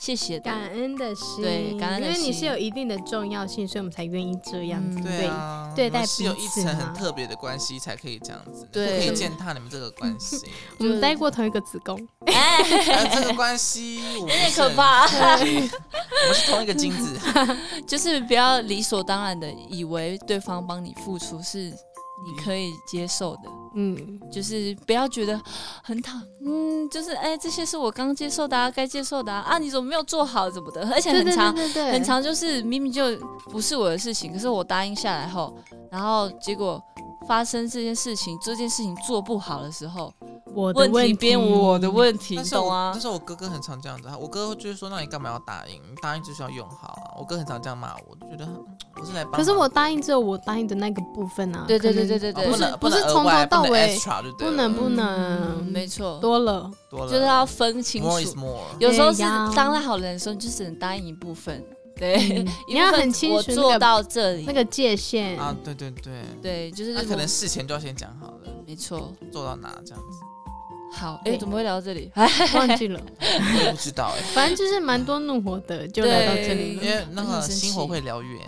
[SPEAKER 3] 谢谢的。
[SPEAKER 2] 感恩的心，
[SPEAKER 3] 对感恩的
[SPEAKER 2] 因为你
[SPEAKER 3] 心
[SPEAKER 2] 是有一定的重要性，所以我们才愿意这样子。
[SPEAKER 3] 嗯
[SPEAKER 4] 对啊，
[SPEAKER 2] 对
[SPEAKER 4] 你们
[SPEAKER 2] 待
[SPEAKER 4] 是有
[SPEAKER 2] 彼
[SPEAKER 4] 一
[SPEAKER 2] 此
[SPEAKER 4] 层
[SPEAKER 2] 嘛
[SPEAKER 4] 很特别的关系才可以这样子，
[SPEAKER 3] 对
[SPEAKER 4] 不可以践踏你们这个关系，
[SPEAKER 2] 我们待过同一个子宫，
[SPEAKER 3] 哎，
[SPEAKER 4] 啊这个关系有
[SPEAKER 3] 有点可，怕，
[SPEAKER 4] 我们是同一个精子，
[SPEAKER 3] 就是不要理所当然的以为对方帮你付出是你可以接受的。
[SPEAKER 2] 嗯，
[SPEAKER 3] 就是不要觉得很讨，嗯，就是哎、这些是我刚接受的、啊，该接受的啊啊，你怎么没有做好怎么的？而且
[SPEAKER 2] 对
[SPEAKER 3] 很
[SPEAKER 2] 对对
[SPEAKER 3] 长
[SPEAKER 2] 对对，
[SPEAKER 3] 很长，就是明明就不是我的事情，可是我答应下来后，然后结果发生这件事情，这件事情做不好的时候，
[SPEAKER 2] 我的
[SPEAKER 3] 问
[SPEAKER 2] 问
[SPEAKER 3] 题变我的问题，
[SPEAKER 4] 但
[SPEAKER 3] 你
[SPEAKER 4] 是我
[SPEAKER 3] 懂啊
[SPEAKER 4] 但？是我哥哥很常这样子，他我哥就是说，那你干嘛要答应？你答应就是要用好啊。我哥很常这样骂我，就觉得嗯我是来帮忙。
[SPEAKER 2] 可是我答应只有我答应的那个部分啊，
[SPEAKER 3] 对对
[SPEAKER 2] 可能
[SPEAKER 3] 对对对
[SPEAKER 4] 哦
[SPEAKER 3] 对，
[SPEAKER 4] 不能
[SPEAKER 2] 不是
[SPEAKER 4] 能
[SPEAKER 2] 从
[SPEAKER 4] 额外
[SPEAKER 2] 头到
[SPEAKER 4] 不能
[SPEAKER 2] 尾
[SPEAKER 4] extra 就
[SPEAKER 2] 不
[SPEAKER 4] 对了
[SPEAKER 2] 能不
[SPEAKER 3] 嗯
[SPEAKER 2] 能
[SPEAKER 3] 没错，
[SPEAKER 2] 多了，
[SPEAKER 4] 多了，
[SPEAKER 3] 就是要分清
[SPEAKER 4] more is
[SPEAKER 3] 楚。
[SPEAKER 4] more。
[SPEAKER 3] 有时候是
[SPEAKER 2] 对呀
[SPEAKER 3] 当了好人的时候，你就只能答应一部分，对，
[SPEAKER 2] 嗯
[SPEAKER 3] 一
[SPEAKER 2] 你要
[SPEAKER 3] 部分
[SPEAKER 2] 很清
[SPEAKER 3] 我
[SPEAKER 2] 楚那
[SPEAKER 3] 做
[SPEAKER 2] 个
[SPEAKER 3] 到这里
[SPEAKER 2] 那，个界 限，
[SPEAKER 4] 啊，对对对，
[SPEAKER 3] 对，就是
[SPEAKER 4] 那
[SPEAKER 3] 我
[SPEAKER 4] 可能事前就要先讲好了，
[SPEAKER 3] 没错。
[SPEAKER 4] 做到哪这样子，
[SPEAKER 3] 好，哎、
[SPEAKER 2] 对
[SPEAKER 3] 怎么会聊到这里？ 哎，
[SPEAKER 2] 忘记了，
[SPEAKER 4] 我也不知道哎、
[SPEAKER 2] 反正就是蛮多怒火的，就来到这里
[SPEAKER 4] 因
[SPEAKER 3] 对
[SPEAKER 2] 了。嗯
[SPEAKER 4] 为那个
[SPEAKER 3] 很生气
[SPEAKER 4] 星火会燎原，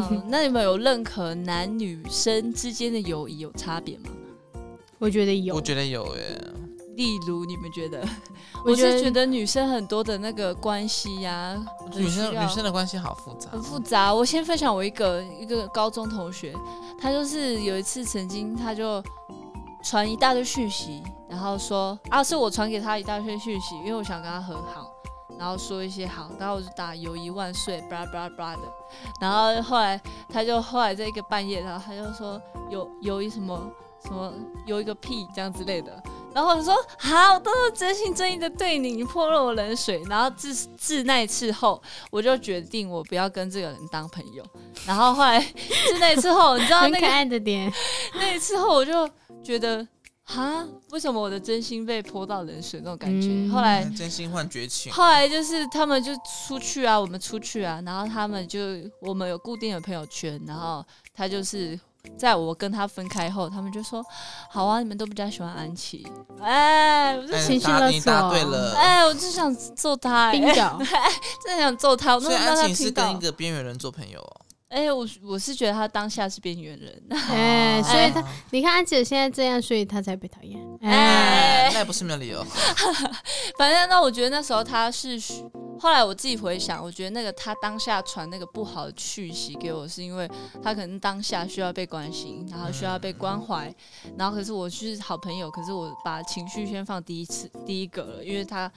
[SPEAKER 3] 好那你们有认可男女生之间的友谊有差别吗？
[SPEAKER 2] 我觉得有
[SPEAKER 4] 我，觉得有哎、
[SPEAKER 3] 例如，你们觉得？
[SPEAKER 2] 我
[SPEAKER 3] 我
[SPEAKER 2] 觉得
[SPEAKER 3] 是觉得女生很多的那个关系呀、
[SPEAKER 4] 我觉
[SPEAKER 3] 很
[SPEAKER 4] 得女
[SPEAKER 3] 需
[SPEAKER 4] 生
[SPEAKER 3] 要
[SPEAKER 4] 女生的关系好复杂，
[SPEAKER 3] 很复杂。我先分享我一个一个高中同学，他就是有一次曾经他就传一大堆讯息，然后说啊是我传给他一大堆讯息，因为我想跟他和好，然后说一些好，然后我就打友谊万岁，巴拉巴拉巴拉的。然后后来他就后来在一个半夜，然后他就说有友谊什么什么有一个屁这样之类的。然后我说好，我都是真心真意的对你，你泼了我冷水。然后自自那一次后，我就决定我不要跟这个人当朋友。然后后来 自那一次后，你知道
[SPEAKER 2] 很
[SPEAKER 3] 那
[SPEAKER 2] 可
[SPEAKER 3] 个
[SPEAKER 2] 爱的点，
[SPEAKER 3] 那一次后，我就觉得哈，为什么我的真心被泼到冷水那种感觉？
[SPEAKER 2] 嗯
[SPEAKER 3] 后来
[SPEAKER 4] 真心换绝情，
[SPEAKER 3] 后来就是他们就出去啊，我们出去啊，然后他们就我们有固定的朋友圈，然后他就是在我跟他分开后，他们就说好啊，你们都比较喜欢安琪，哎，我就
[SPEAKER 4] 哎
[SPEAKER 2] 情绪
[SPEAKER 4] 答
[SPEAKER 2] 勒
[SPEAKER 4] 你
[SPEAKER 2] 索啊
[SPEAKER 4] 答对了。
[SPEAKER 3] 哎，我就想揍他、哎
[SPEAKER 2] 冰角，
[SPEAKER 3] 真的想揍他，我那
[SPEAKER 4] 所以
[SPEAKER 3] 么让
[SPEAKER 4] 安
[SPEAKER 3] 他
[SPEAKER 4] 晴是
[SPEAKER 3] 听
[SPEAKER 4] 跟
[SPEAKER 3] 到
[SPEAKER 4] 一，个边缘人做朋友哦，
[SPEAKER 3] 哎、我我是觉得他当下是边缘人，
[SPEAKER 2] 哎
[SPEAKER 4] 哦
[SPEAKER 2] 所以他你看安姐现在这样，所以她才被讨厌。哎，
[SPEAKER 3] 哎
[SPEAKER 4] 哎那也不是没有理由，
[SPEAKER 3] 反正那我觉得那时候他是需，后来我自己回想，我觉得那个他当下传那个不好的讯息给我，是因为他可能当下需要被关心，然后需要被关怀，然后可是我是好朋友，可是我把情绪先放第一次第一个了，因为他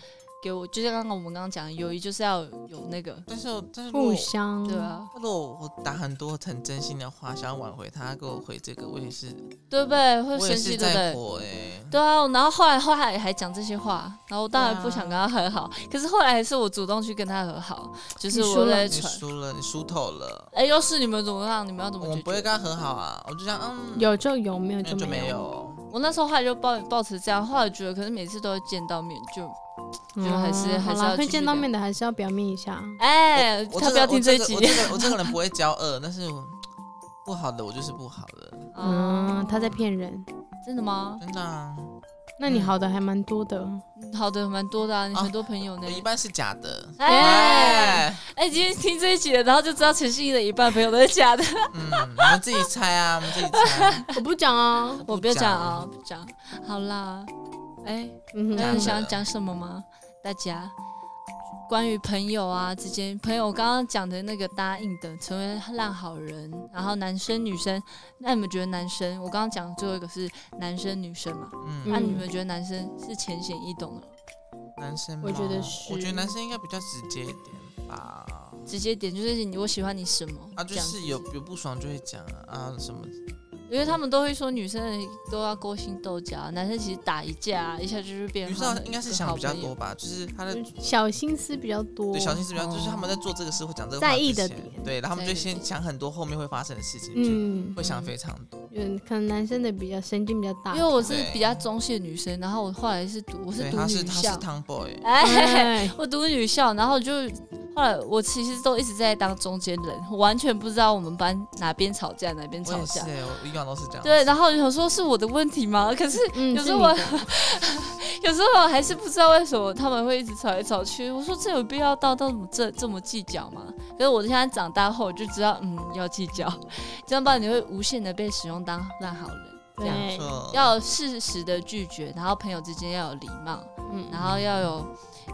[SPEAKER 3] 给我就像刚刚我们刚刚讲的，友谊就是要有那个，
[SPEAKER 4] 但是但是如
[SPEAKER 2] 互
[SPEAKER 4] 果
[SPEAKER 2] 相
[SPEAKER 3] 对，啊，
[SPEAKER 4] 如果我打很多很真心的话，想要挽回他，他给我回这个，我也是
[SPEAKER 3] 对不对？会
[SPEAKER 4] 我
[SPEAKER 3] 生
[SPEAKER 4] 也是
[SPEAKER 3] 气，对不
[SPEAKER 4] 在
[SPEAKER 3] 对？
[SPEAKER 4] 火哎，
[SPEAKER 3] 对啊，然后后来后来还讲这些话，然后我当然不想跟他和好，可是后来还是我主动去跟他和好，就是
[SPEAKER 2] 你输
[SPEAKER 3] 我
[SPEAKER 2] 了
[SPEAKER 3] 在
[SPEAKER 4] 嗯你
[SPEAKER 3] 传。
[SPEAKER 4] 输了，你输透了，
[SPEAKER 3] 哎、要是你们怎么样？你们要怎么
[SPEAKER 4] 我
[SPEAKER 3] 解
[SPEAKER 4] 们
[SPEAKER 3] 决？
[SPEAKER 4] 不会跟他和好啊，我就想嗯，
[SPEAKER 2] 有就有，没有
[SPEAKER 4] 没有
[SPEAKER 2] 就
[SPEAKER 4] 就
[SPEAKER 2] 没
[SPEAKER 4] 没
[SPEAKER 2] 有。
[SPEAKER 4] 有，
[SPEAKER 3] 我那时候后来就抱抱持这样，后来觉得，可是每次都要见到面，就就还是
[SPEAKER 2] 哦
[SPEAKER 3] 还
[SPEAKER 2] 好
[SPEAKER 3] 是
[SPEAKER 2] 啦会
[SPEAKER 3] 要继续
[SPEAKER 2] 见到
[SPEAKER 3] 聊
[SPEAKER 2] 面的，还是要表面一下。
[SPEAKER 3] 哎、
[SPEAKER 4] 我
[SPEAKER 3] 他
[SPEAKER 4] 这
[SPEAKER 3] 不要
[SPEAKER 4] 个
[SPEAKER 3] 听这
[SPEAKER 4] 我这
[SPEAKER 3] 一
[SPEAKER 4] 个
[SPEAKER 3] 集
[SPEAKER 4] 我这个我这个人不会骄傲，但是我不好的我就是不好的，
[SPEAKER 3] 啊
[SPEAKER 2] 嗯，他在骗人。
[SPEAKER 3] 真的吗？
[SPEAKER 4] 真的啊，
[SPEAKER 2] 那你
[SPEAKER 4] 嗯
[SPEAKER 2] 好的还蛮多的，
[SPEAKER 3] 嗯好的，蛮多的啊，你
[SPEAKER 4] 啊
[SPEAKER 3] 很多朋友呢
[SPEAKER 4] 我。一般是假的。
[SPEAKER 3] 哎
[SPEAKER 4] 哎，
[SPEAKER 3] 哎，今天听这一集的，然后就知道陈信义的一半朋友都是假的。
[SPEAKER 4] 嗯，你们自己猜啊，我们自己猜。
[SPEAKER 2] 我不讲啊。
[SPEAKER 3] 我不要讲啊，不讲。好啦，哎，
[SPEAKER 2] 嗯
[SPEAKER 3] 你
[SPEAKER 4] 假啊
[SPEAKER 3] 们
[SPEAKER 2] 哼，
[SPEAKER 4] 的
[SPEAKER 3] 想讲什么吗？大家关于朋友啊之间，朋友刚刚讲的那个答应的成为烂好人，然后男生女生，那你们觉得男生？我刚刚讲最后一个是男生女生嘛？那、
[SPEAKER 4] 嗯，
[SPEAKER 3] 你们觉得男生是浅显易懂的，
[SPEAKER 4] 男生吗，
[SPEAKER 2] 我觉得是
[SPEAKER 4] 我觉得男生应该比较直接一点吧。
[SPEAKER 3] 直接点就是你我喜欢你什么
[SPEAKER 4] 啊，就
[SPEAKER 3] 这样子
[SPEAKER 4] 是有有不爽就会讲啊，啊什么
[SPEAKER 3] 因为他们都会说女生都要勾心斗角，啊男生其实打一架、啊一下就是变
[SPEAKER 4] 女
[SPEAKER 3] 好
[SPEAKER 4] 生应该是想比较多吧，就是他的
[SPEAKER 2] 小心思比较多
[SPEAKER 4] 对。小心思比较，
[SPEAKER 3] 哦
[SPEAKER 4] 就是他们在做这个事会讲这个话
[SPEAKER 2] 在意
[SPEAKER 4] 之
[SPEAKER 2] 的
[SPEAKER 4] 前
[SPEAKER 2] 点
[SPEAKER 4] 对，然后他们
[SPEAKER 3] 在意
[SPEAKER 4] 就
[SPEAKER 3] 的
[SPEAKER 4] 先想很多后面会发生的事情，就
[SPEAKER 2] 嗯，
[SPEAKER 4] 会想非常多。
[SPEAKER 2] 嗯，可能男生的比较神经比较大
[SPEAKER 3] 因为。我是比较中性的女生，然后我后来是读
[SPEAKER 2] 嗯
[SPEAKER 3] 我是
[SPEAKER 4] 对，
[SPEAKER 3] 读
[SPEAKER 4] 他
[SPEAKER 3] 女
[SPEAKER 4] 是他是
[SPEAKER 3] 校，
[SPEAKER 4] 汤 boy，
[SPEAKER 3] 哎，
[SPEAKER 2] 哎，
[SPEAKER 3] 我读女校，然后就后来我其实都一直在当中间人，我完全不知道我们班哪边吵架哪边
[SPEAKER 4] 我
[SPEAKER 3] 吵
[SPEAKER 4] 也是
[SPEAKER 3] 架。
[SPEAKER 4] 欸，我以往都是这样。
[SPEAKER 3] 对，然后有时候是我的问题吗？可是
[SPEAKER 2] 嗯，
[SPEAKER 3] 有时
[SPEAKER 2] 是
[SPEAKER 3] 候
[SPEAKER 2] 你
[SPEAKER 3] 我，
[SPEAKER 2] 的
[SPEAKER 3] 有时候还是不知道为什么他们会一直吵来吵去。我说这有必要到到这么这这么计较吗？可是我现在长大后我就知道，嗯，要计较，这样不然你会无限的被使用当烂好人。 这样
[SPEAKER 2] 对，
[SPEAKER 4] 错
[SPEAKER 3] 要适时的拒绝，然后朋友之间要有礼貌，
[SPEAKER 2] 嗯
[SPEAKER 3] 然后要有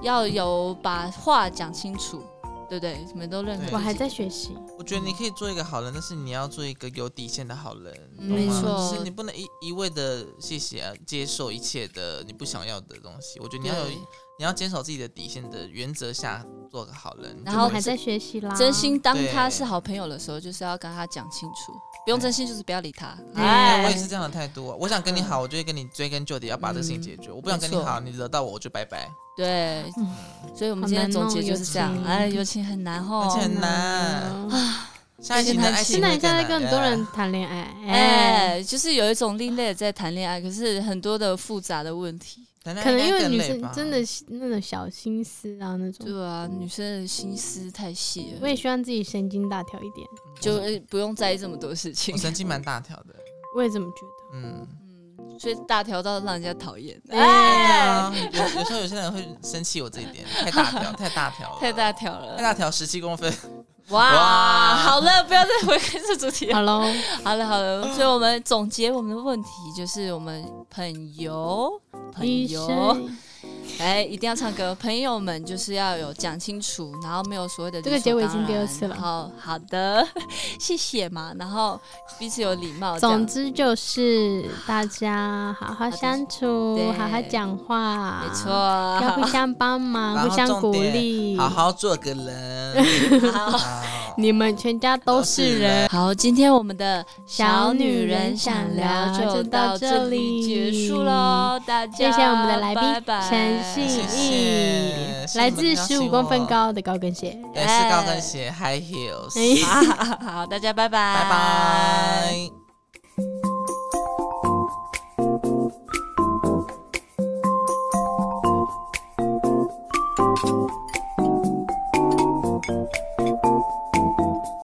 [SPEAKER 3] 要有把话讲清楚，对不对？你们都认可自己。
[SPEAKER 2] 我还在学习，
[SPEAKER 4] 我觉得你可以做一个好人，但是你要做一个有底线的好人，
[SPEAKER 3] 嗯
[SPEAKER 4] 懂吗
[SPEAKER 3] 没错
[SPEAKER 4] 就是你不能一一味的谢谢啊，接受一切的你不想要的东西。我觉得你要有，
[SPEAKER 3] 对
[SPEAKER 4] 你要坚守自己的底线的原则下做个好人。
[SPEAKER 3] 然
[SPEAKER 2] 我
[SPEAKER 3] 后
[SPEAKER 2] 还在学习啦，
[SPEAKER 3] 真心当
[SPEAKER 4] 对
[SPEAKER 3] 他是好朋友的时候，就是要跟他讲清楚，不用
[SPEAKER 4] 对
[SPEAKER 3] 真心就是不要理他。
[SPEAKER 2] 嗯
[SPEAKER 4] 哎，
[SPEAKER 3] 哎
[SPEAKER 4] 我也是这样的态度啊。我想跟你好，我就会跟你追根究底，要把这事情解决。我不想跟你
[SPEAKER 3] 没错
[SPEAKER 4] 好，你惹到我，我就拜拜。
[SPEAKER 3] 对
[SPEAKER 2] 嗯，
[SPEAKER 3] 所以我们今天
[SPEAKER 2] 好难
[SPEAKER 3] 总
[SPEAKER 2] 哦
[SPEAKER 3] 结就是这样
[SPEAKER 2] 友。情
[SPEAKER 3] 哎，友情很难哦
[SPEAKER 4] 而，且很
[SPEAKER 2] 嗯
[SPEAKER 4] 难。下一
[SPEAKER 3] 这
[SPEAKER 4] 期
[SPEAKER 3] 个
[SPEAKER 4] 的
[SPEAKER 3] 难
[SPEAKER 4] 爱
[SPEAKER 3] 题
[SPEAKER 4] 情
[SPEAKER 2] 现在
[SPEAKER 4] 会
[SPEAKER 2] 你现在
[SPEAKER 4] 更
[SPEAKER 2] 跟
[SPEAKER 4] 难
[SPEAKER 2] 很多人谈恋爱，哎，
[SPEAKER 3] 哎，就是有一种另类的在谈恋爱，可是很多的复杂的问题。
[SPEAKER 4] 谈恋
[SPEAKER 2] 可
[SPEAKER 4] 啊爱
[SPEAKER 2] 能
[SPEAKER 4] 应该
[SPEAKER 2] 因为
[SPEAKER 4] 更
[SPEAKER 2] 女
[SPEAKER 4] 累
[SPEAKER 2] 生
[SPEAKER 4] 吧
[SPEAKER 2] 真的是那种小心思啊那种，
[SPEAKER 3] 对啊，女生的心思太细
[SPEAKER 2] 我
[SPEAKER 3] 了，
[SPEAKER 2] 也希望自己神经大条一点，
[SPEAKER 3] 就呃不用在意这么多事情
[SPEAKER 4] 我。神经蛮大条的，
[SPEAKER 2] 我也这么觉得。
[SPEAKER 4] 嗯。
[SPEAKER 3] 嗯， 所以大条到让人家讨厌。哎，
[SPEAKER 4] 啊，有有时候有些人会生气我这一点，太大条，太大条
[SPEAKER 3] 太
[SPEAKER 4] 了，
[SPEAKER 3] 大条了
[SPEAKER 4] 太。大条，十七公分。
[SPEAKER 3] 哇，
[SPEAKER 4] 哇
[SPEAKER 3] 好了，不要再回归这主题 了。
[SPEAKER 2] 好喽，
[SPEAKER 3] 好了好了，所以我们总结我们的问题就是，我们朋友朋
[SPEAKER 2] 医
[SPEAKER 3] 友，
[SPEAKER 2] 生，
[SPEAKER 3] 哎，一定要唱歌。朋友们就是要有讲清楚，然后没有所谓的理
[SPEAKER 2] 这
[SPEAKER 3] 所
[SPEAKER 2] 个结尾已
[SPEAKER 3] 当
[SPEAKER 2] 经第二
[SPEAKER 3] 然
[SPEAKER 2] 次了
[SPEAKER 3] 好好的， 谢谢嘛。然后彼此有礼貌，这样
[SPEAKER 2] 总之就是大家好好相处
[SPEAKER 3] 对，
[SPEAKER 2] 好好讲话，
[SPEAKER 3] 没错，。
[SPEAKER 2] 要互相帮忙，
[SPEAKER 4] 然后
[SPEAKER 2] 互相鼓
[SPEAKER 4] 重点
[SPEAKER 2] 励。
[SPEAKER 4] 好好做个人，
[SPEAKER 3] 好。
[SPEAKER 4] 好
[SPEAKER 2] 你们全家都是人。
[SPEAKER 3] 好，今天我们的小女人想聊就到这里结束喽，大
[SPEAKER 2] 谢
[SPEAKER 3] 家
[SPEAKER 2] 谢我们的来宾
[SPEAKER 3] 拜拜
[SPEAKER 2] 陈信
[SPEAKER 4] 谢
[SPEAKER 2] 义
[SPEAKER 4] 谢，谢
[SPEAKER 2] 来
[SPEAKER 4] 你们
[SPEAKER 2] 自
[SPEAKER 4] 邀
[SPEAKER 2] 十
[SPEAKER 4] 请
[SPEAKER 2] 五公分
[SPEAKER 4] 我，
[SPEAKER 2] 高的高跟鞋。
[SPEAKER 4] 对，是高跟鞋 high heels，
[SPEAKER 2] 哎
[SPEAKER 3] 好，大家拜拜，
[SPEAKER 4] 拜拜。